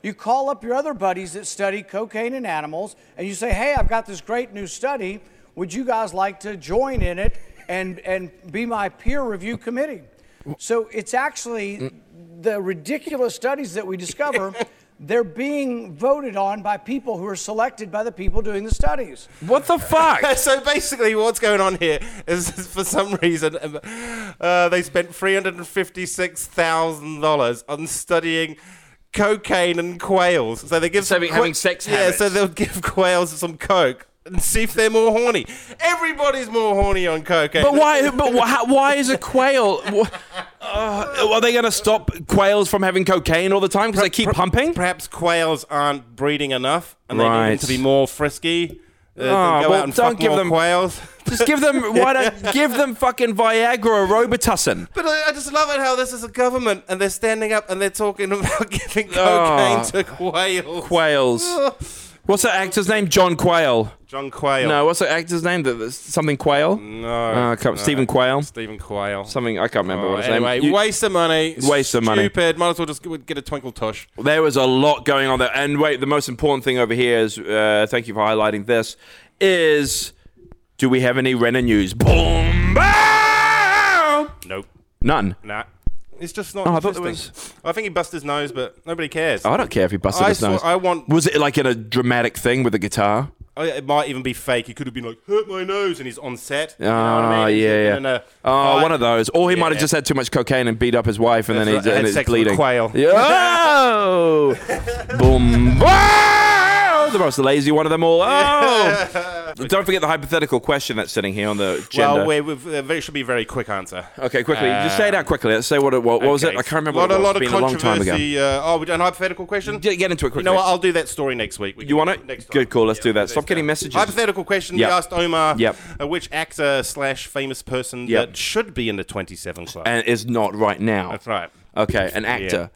Speaker 9: You call up your other buddies that study cocaine in animals and you say, hey, I've got this great new study. Would you guys like to join in it and, and be my peer review committee? So it's actually the ridiculous studies that we discover. They're being voted on by people who are selected by the people doing the studies.
Speaker 3: what the fuck?
Speaker 2: So basically, what's going on here is for some reason um, uh, they spent three hundred and fifty-six thousand dollars on studying cocaine and quails. So they give
Speaker 3: So
Speaker 2: some
Speaker 3: having- having sex
Speaker 2: Yeah, so
Speaker 3: habits.
Speaker 2: they'll give quails some coke and see if they're more horny. Everybody's more horny on cocaine.
Speaker 3: But why? But wh- how- why is a quail? wh- Uh, are they going to stop quails from having cocaine all the time because they keep pumping?
Speaker 2: Perhaps quails aren't breeding enough, and they need
Speaker 3: Right.
Speaker 2: them to be more frisky. Uh,
Speaker 3: Ah,
Speaker 2: go
Speaker 3: well,
Speaker 2: out and
Speaker 3: don't
Speaker 2: fuck
Speaker 3: give
Speaker 2: more
Speaker 3: them-
Speaker 2: quails.
Speaker 3: Just give them. Why don't give them fucking Viagra or Robitussin?
Speaker 2: But I, I just love it how this is a government and they're standing up and they're talking about giving cocaine
Speaker 3: Oh.
Speaker 2: to quails.
Speaker 3: Quails. What's that actor's name? John Quail.
Speaker 2: John Quayle.
Speaker 3: No, what's the actor's name? The- the- Something Quayle?
Speaker 2: No.
Speaker 3: Uh, come-
Speaker 2: no.
Speaker 3: Stephen Quayle?
Speaker 2: Stephen Quayle.
Speaker 3: Something, I can't remember
Speaker 2: Oh,
Speaker 3: what his
Speaker 2: anyway,
Speaker 3: name You-
Speaker 2: waste of money.
Speaker 3: Waste of money.
Speaker 2: Stupid. Might as well just get a twinkle tush.
Speaker 3: There was a lot going on there. And wait, the most important thing over here is, uh, thank you for highlighting this, is do we have any Renner news? Boom! Bow!
Speaker 2: Nope.
Speaker 3: None.
Speaker 2: Nah. It's just not.
Speaker 3: Oh, I thought there
Speaker 2: interesting. I think he busted his nose, but nobody cares.
Speaker 3: I don't care if he busted
Speaker 2: I
Speaker 3: his
Speaker 2: saw-
Speaker 3: nose.
Speaker 2: I want-
Speaker 3: Was it like in a dramatic thing with a guitar?
Speaker 2: Oh, yeah, it might even be fake. He could have been like, hurt my nose, and he's on set. You know what
Speaker 3: Ah,
Speaker 2: I mean? He could have
Speaker 3: yeah,
Speaker 2: been in
Speaker 3: yeah.
Speaker 2: a
Speaker 3: Oh,
Speaker 2: uh, fight.
Speaker 3: one of those. Or he might have
Speaker 2: Yeah.
Speaker 3: just had too much cocaine and beat up his wife, and
Speaker 2: That's
Speaker 3: then
Speaker 2: right.
Speaker 3: he's
Speaker 2: I had
Speaker 3: and it's
Speaker 2: sex with a
Speaker 3: bleeding.
Speaker 2: quail.
Speaker 3: Yeah. Oh! Boom! Wow! The most lazy one of them all. Oh! Don't forget the hypothetical question that's sitting here on the gender.
Speaker 2: Well, we we've, uh, very- should be a very quick answer.
Speaker 3: okay, quickly. just say it out quickly. Let's say what it what, what was it?
Speaker 2: Okay.
Speaker 3: I can't remember.
Speaker 2: Lot,
Speaker 3: what it
Speaker 2: a
Speaker 3: was.
Speaker 2: lot of
Speaker 3: It's been a long time ago.
Speaker 2: controversy. Uh, oh, we done a hypothetical question.
Speaker 3: Yeah, get into it
Speaker 2: You
Speaker 3: quickly.
Speaker 2: know what? I'll do that story next week. We
Speaker 3: You
Speaker 2: can-
Speaker 3: want it?
Speaker 2: Next time.
Speaker 3: Good call. Let's do that.
Speaker 2: next
Speaker 3: Stop getting
Speaker 2: time.
Speaker 3: messages.
Speaker 2: Hypothetical question.
Speaker 3: Yep.
Speaker 2: We asked Omar
Speaker 3: Yep.
Speaker 2: uh, which actor slash famous person
Speaker 3: Yep.
Speaker 2: that should be in the 27 club.
Speaker 3: and is not right now.
Speaker 2: That's right.
Speaker 3: Okay, an actor.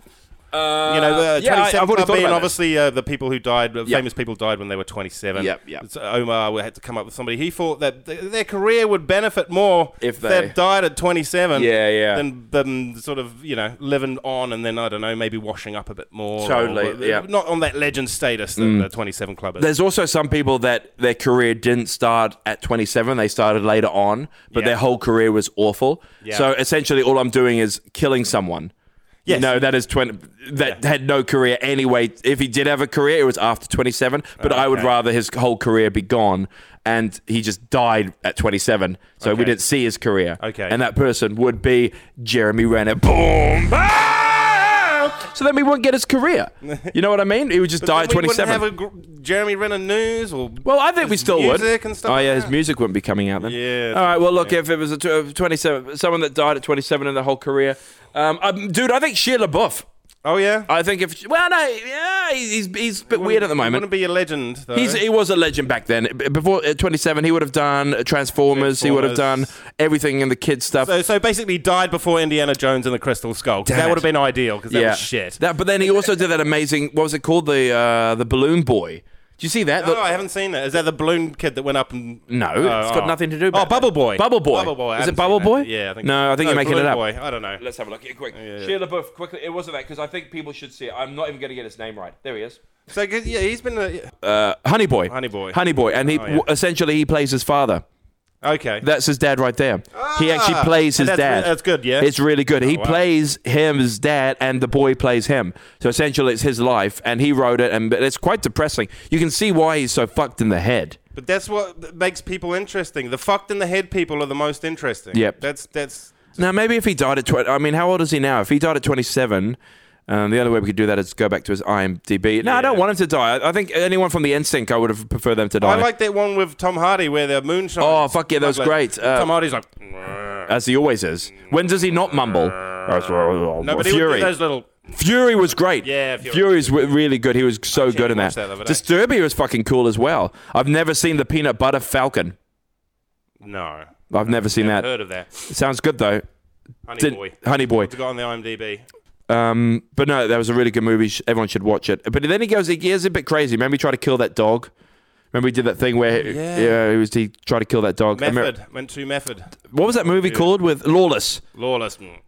Speaker 3: Uh,
Speaker 2: you know, the
Speaker 3: yeah, I-
Speaker 2: 27
Speaker 3: I've already
Speaker 2: club
Speaker 3: thought
Speaker 2: being
Speaker 3: about
Speaker 2: obviously uh, the people who died, uh, famous people died when they were 27.
Speaker 3: Yep, yep.
Speaker 2: So Omar had to come up with somebody. He thought that th- their career would benefit more
Speaker 3: If they-
Speaker 2: died at 27.
Speaker 3: Yeah, yeah.
Speaker 2: Than, than sort of, you know, living on and then, I don't know, maybe washing up a bit more.
Speaker 3: Totally,
Speaker 2: or-
Speaker 3: yeah. Mm.
Speaker 2: Not on that legend status that the 27 club is.
Speaker 3: There's also some people that their career didn't start at 27; they started later on, but
Speaker 2: Yeah.
Speaker 3: their whole career was awful.
Speaker 2: Yeah.
Speaker 3: So essentially, all I'm doing is killing someone.
Speaker 2: Yes.
Speaker 3: You know that is 20 that had no career anyway. If he did have a career, it was after 27. But I would
Speaker 2: Oh, Okay.
Speaker 3: rather his whole career be gone, and he just died at 27. So we
Speaker 2: Okay.
Speaker 3: didn't see his career.
Speaker 2: Okay.
Speaker 3: and that person would be Jeremy Renner. Boom. Bow! So then we wouldn't get his career. You know what I mean? He would just
Speaker 2: But
Speaker 3: die
Speaker 2: then
Speaker 3: at
Speaker 2: we wouldn't
Speaker 3: 27.
Speaker 2: Have a gr- Jeremy Renner news or
Speaker 3: Well, I think we
Speaker 2: his
Speaker 3: still would.
Speaker 2: music and stuff
Speaker 3: oh
Speaker 2: like
Speaker 3: yeah, his
Speaker 2: that.
Speaker 3: music wouldn't be coming out then.
Speaker 2: Yeah.
Speaker 3: All right. Well, look, if it was a tw- a twenty-seven, someone that died at twenty-seven in their whole career, um, um, dude, I think Shia LaBeouf.
Speaker 2: Oh yeah,
Speaker 3: I think if well, no, yeah, he's he's, he's a bit weird at the moment.
Speaker 2: Wouldn't be a legend though.
Speaker 3: He's, he was a legend back then. B- Before at 27, he would have done Transformers, He would have done
Speaker 2: Transformers.
Speaker 3: everything in the kids stuff.
Speaker 2: so, so basically, died before Indiana Jones and the Crystal Skull. 'cause
Speaker 3: Damn
Speaker 2: That
Speaker 3: it.
Speaker 2: would have been ideal because that was shit.
Speaker 3: That, but then he also did that amazing. What was it called? The uh, the Balloon Boy. Do you see that?
Speaker 2: No,
Speaker 3: The-
Speaker 2: no, I haven't seen that. Is that the balloon kid that went up and?
Speaker 3: No,
Speaker 2: Oh,
Speaker 3: it's got
Speaker 2: oh.
Speaker 3: nothing to do. with
Speaker 2: Oh, Bubble Boy.
Speaker 3: Bubble Boy.
Speaker 2: Bubble Boy. I
Speaker 3: Is it
Speaker 2: haven't
Speaker 3: Bubble
Speaker 2: seen
Speaker 3: Boy?
Speaker 2: that. Yeah. I think
Speaker 3: no, I think
Speaker 2: no,
Speaker 3: you're making
Speaker 2: Balloon
Speaker 3: it up.
Speaker 2: Boy. I don't know.
Speaker 3: Let's have a look. here, quick.
Speaker 2: yeah.
Speaker 3: Shia LaBeouf, quickly. It wasn't that because I think people should see it. I'm not even going to get his name right. There he is.
Speaker 2: So 'cause, yeah, he's been. A,
Speaker 3: Honey Boy.
Speaker 2: Honey Boy.
Speaker 3: Honey Boy. And he
Speaker 2: Oh, yeah.
Speaker 3: essentially he plays his father.
Speaker 2: okay.
Speaker 3: That's his dad right there. he actually plays his
Speaker 2: Ah, And that's
Speaker 3: dad.
Speaker 2: re- that's good, yeah? Oh,
Speaker 3: It's really good. he
Speaker 2: wow.
Speaker 3: plays him, his dad, and the boy plays him. So essentially, it's his life, and he wrote it, and but it's quite depressing. You can see why he's so fucked in the head.
Speaker 2: but that's what makes people interesting. The fucked in the head people are the most interesting.
Speaker 3: Yep.
Speaker 2: That's that's.
Speaker 3: Now, maybe if he died at 20, I mean, how old is he now? If he died at 27, um, the only way we could do that is go back to his IMDb. No, I don't
Speaker 2: Yeah.
Speaker 3: want him to die. I, I think anyone from the NSYNC, I would have preferred them to die.
Speaker 2: I like that one with Tom Hardy where the moonshine.
Speaker 3: Oh, fuck yeah, that was great. Uh,
Speaker 2: Tom Hardy's like
Speaker 3: as he always is. When does he not mumble?
Speaker 2: Uh, nobody would
Speaker 3: Fury.
Speaker 2: do those little.
Speaker 3: Fury was great.
Speaker 2: Yeah, Fury
Speaker 3: Fury's w- really good. He was so
Speaker 2: actually
Speaker 3: good in that.
Speaker 2: watched that the other day.
Speaker 3: Disturbia was fucking cool as well. I've never seen the Peanut Butter Falcon.
Speaker 2: No,
Speaker 3: I've never seen that.
Speaker 2: heard of that?
Speaker 3: Sounds good though.
Speaker 2: Honey
Speaker 3: Did-
Speaker 2: boy.
Speaker 3: Honey Boy.
Speaker 2: It's got on the IMDb.
Speaker 3: Um, but no, that was a really good movie. Sh- Everyone should watch it. But then he goes, he is a bit crazy. Remember, he tried to kill that dog. Remember, he did that thing where yeah,
Speaker 2: Oh, Yeah.
Speaker 3: he was he tried to kill that dog. Amer-
Speaker 2: Method went to method.
Speaker 3: what was that movie called with Lawless?
Speaker 2: Lawless. Mm.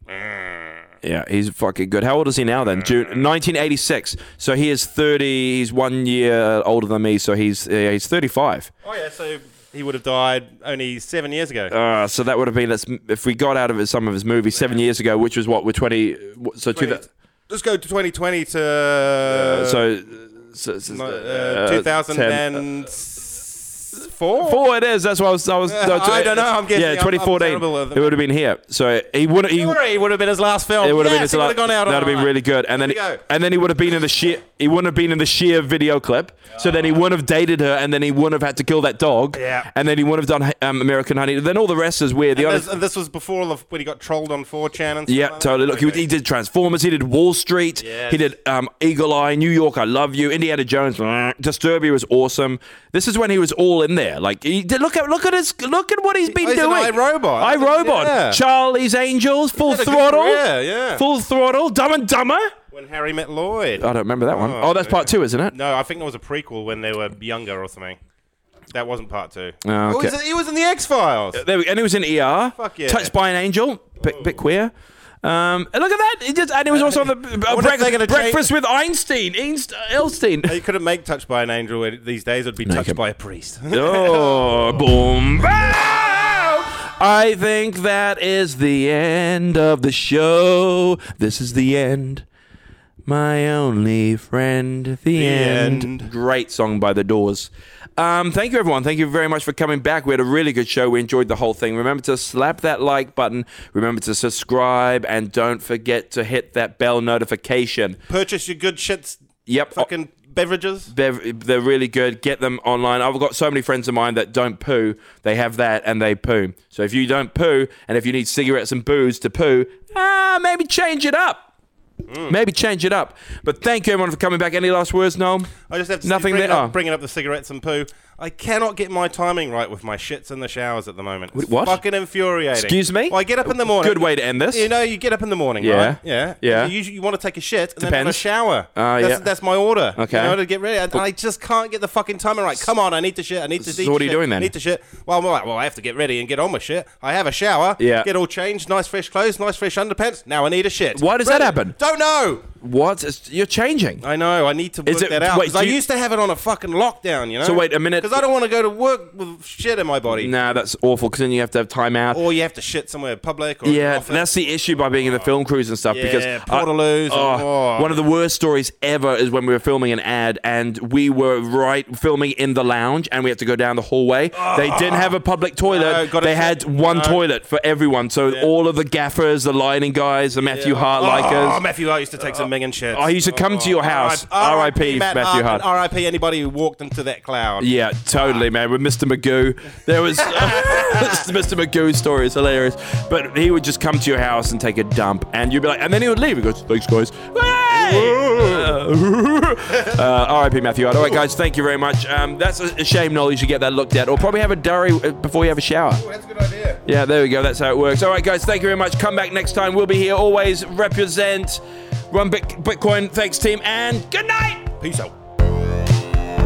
Speaker 3: Yeah, he's fucking good. How old is he now then?
Speaker 2: Uh,
Speaker 3: June 1986. So he is 30. He's one year older than me. So he's yeah, he's 35.
Speaker 2: Oh yeah, so he would have died only seven years ago.
Speaker 3: Uh, so that would have been that's if we got out of his- some of his movies seven years ago, which was what we're 20. what- So two that.
Speaker 2: Let's go to 2020 to
Speaker 3: so. so, so
Speaker 2: uh,
Speaker 3: uh,
Speaker 2: 2004.
Speaker 3: Four it is. That's why I was. I, was,
Speaker 2: Uh, I don't know, I'm guessing.
Speaker 3: Yeah,
Speaker 2: I'm- I'm
Speaker 3: 2014.
Speaker 2: terrible at
Speaker 3: it
Speaker 2: them.
Speaker 3: would have been here. So he would. He,
Speaker 2: Sorry, it would have been his last film.
Speaker 3: It would have been
Speaker 2: Yes,
Speaker 3: his
Speaker 2: he
Speaker 3: la-
Speaker 2: would have gone out.
Speaker 3: That
Speaker 2: on
Speaker 3: would have
Speaker 2: a
Speaker 3: been
Speaker 2: high.
Speaker 3: really good. And then,
Speaker 2: There you go.
Speaker 3: and then he would have been in the sheer. He wouldn't have been in the sheer video clip. So then he wouldn't have dated her, and then he wouldn't have had to kill that dog.
Speaker 2: Yeah.
Speaker 3: And then he wouldn't have done um, American Honey. Then all the rest is weird. The
Speaker 2: And
Speaker 3: other-
Speaker 2: this, and this was before the, when he got trolled on 4chan and stuff
Speaker 3: yeah,
Speaker 2: like that?
Speaker 3: totally. Look, he, he did Transformers. He did Wall Street.
Speaker 2: Yes.
Speaker 3: He did um, Eagle Eye, New York, I Love You, Indiana Jones. Disturbia was awesome. This is when he was all in there. Like, he did, look at look at his look at what he's been
Speaker 2: oh, He's an
Speaker 3: doing.
Speaker 2: iRobot.
Speaker 3: I Robot.
Speaker 2: Yeah.
Speaker 3: Charlie's Angels. Full
Speaker 2: had a good
Speaker 3: throttle.
Speaker 2: career, yeah.
Speaker 3: Full throttle. Dumb and Dumber.
Speaker 2: When Harry met Lloyd.
Speaker 3: I don't remember that one.
Speaker 2: Oh,
Speaker 3: Oh, that's part two, isn't it?
Speaker 2: No, I think it was a prequel when they were younger or something. That wasn't part two.
Speaker 3: Oh,
Speaker 2: Oh,
Speaker 3: okay.
Speaker 2: he's- he was in the X Files.
Speaker 3: There we, and he was in ER.
Speaker 2: Fuck yeah.
Speaker 3: Touched by an angel. Bit, bit queer. Um, and look at that. He just, and he was also on the uh,
Speaker 2: if they're
Speaker 3: breakfast,
Speaker 2: gonna
Speaker 3: breakfast with Einstein. Einst- Elstein.
Speaker 2: He couldn't make Touched by an Angel it- these days. It'd be touched
Speaker 3: couldn't.
Speaker 2: by a priest.
Speaker 3: Oh, boom. Bow! I think that is the end of the show. This is the end. My only friend, the, end.
Speaker 2: end.
Speaker 3: Great song by The Doors. Um, thank you, everyone. Thank you very much for coming back. We had a really good show. We enjoyed the whole thing. Remember to slap that like button. Remember to subscribe. And don't forget to hit that bell notification.
Speaker 2: Purchase your good shits.
Speaker 3: Yep.
Speaker 2: Fucking beverages.
Speaker 3: they're they're really good. Get them online. I've got so many friends of mine that don't poo. They have that and they poo. So if you don't poo, and if you need cigarettes and booze to poo, ah, maybe change it up. Maybe change it up. But thank you everyone for coming back. Any last words, Noam?
Speaker 2: I just have to
Speaker 3: Nothing
Speaker 2: bring,
Speaker 3: there-
Speaker 2: it up,
Speaker 3: oh.
Speaker 2: bringing up the cigarettes and poo. I cannot get my timing right with my shits in the showers at the moment. It's
Speaker 3: what?
Speaker 2: Fucking infuriating.
Speaker 3: Excuse me?
Speaker 2: Well, I get up in the morning.
Speaker 3: Good way to end this.
Speaker 2: You know, you get up in the morning,
Speaker 3: Yeah.
Speaker 2: right? Yeah.
Speaker 3: Yeah.
Speaker 2: You, you want to take a shit and then have a
Speaker 3: Depends.
Speaker 2: shower.
Speaker 3: Ah,
Speaker 2: that's,
Speaker 3: yeah.
Speaker 2: that's my order.
Speaker 3: Okay.
Speaker 2: You know, to get ready. And I just can't get the fucking timing right. Come on, I need to shit. I need to
Speaker 3: So
Speaker 2: eat
Speaker 3: what are you
Speaker 2: shit,
Speaker 3: doing then?
Speaker 2: I need to shit. Well, I'm like, well, I have to get ready and get on with shit. I have a shower.
Speaker 3: Yeah.
Speaker 2: Get all changed, nice fresh clothes, nice fresh underpants. Now I need a shit.
Speaker 3: Why does that happen?
Speaker 2: Don't know.
Speaker 3: What? It's- You're changing.
Speaker 2: I know. I need to work
Speaker 3: it-
Speaker 2: that out.
Speaker 3: wait,
Speaker 2: 'cause
Speaker 3: do
Speaker 2: I
Speaker 3: you-
Speaker 2: used to have it on a fucking lockdown, you know.
Speaker 3: So wait a minute.
Speaker 2: Because I don't want to go to work with shit in my body,
Speaker 3: Nah, that's awful. Because then you have to have time out.
Speaker 2: or you have to shit somewhere public. Or
Speaker 3: Yeah,
Speaker 2: an office.
Speaker 3: that's the issue by being in the film crews and stuff
Speaker 2: Yeah,
Speaker 3: because
Speaker 2: Portaloos,
Speaker 3: oh,
Speaker 2: oh.
Speaker 3: one of the worst stories ever is when we were filming an ad and we were right filming in the lounge and we had to go down the hallway. They didn't have a public toilet.
Speaker 2: gotta
Speaker 3: they
Speaker 2: check.
Speaker 3: had one
Speaker 2: No.
Speaker 3: toilet for everyone. So all of the gaffers, the lighting guys, the Matthew Hart
Speaker 2: Oh,
Speaker 3: likers. Uh,
Speaker 2: Matthew Hart used to take some Ming and shit.
Speaker 3: I used to come to your house. R.I.P.
Speaker 2: Matt
Speaker 3: Matthew
Speaker 2: Hart. and
Speaker 3: Hart.
Speaker 2: R.I.P. anybody who walked into that cloud.
Speaker 3: Yeah, totally, man. With Mr. Magoo, there was Mr. Magoo story is hilarious. But he would just come to your house and take a dump, and you'd be like, and then he would leave. He goes, "Thanks, guys." Hey! uh, R.I.P. Matthew. All right, guys, thank you very much. Um, that's a a shame, Noel. You should get that looked at, or probably have a diary uh, before you have a shower.
Speaker 2: That's a good idea.
Speaker 3: Yeah, there we go. That's how it works. All right, guys, thank you very much. Come back next time. We'll be here always. Represent, run Bit- Bitcoin. Thanks, team, and good night.
Speaker 2: Peace out.
Speaker 8: Thank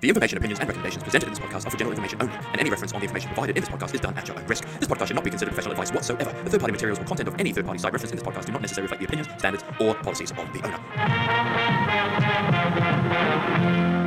Speaker 10: The information, opinions, and recommendations presented in this podcast are for general information only, and any reference on the information provided in this podcast is done at your own risk. This podcast should not be considered professional advice whatsoever. The third-party materials or content of any third-party site referenced in this podcast do not necessarily reflect the opinions, standards, or policies of the owner.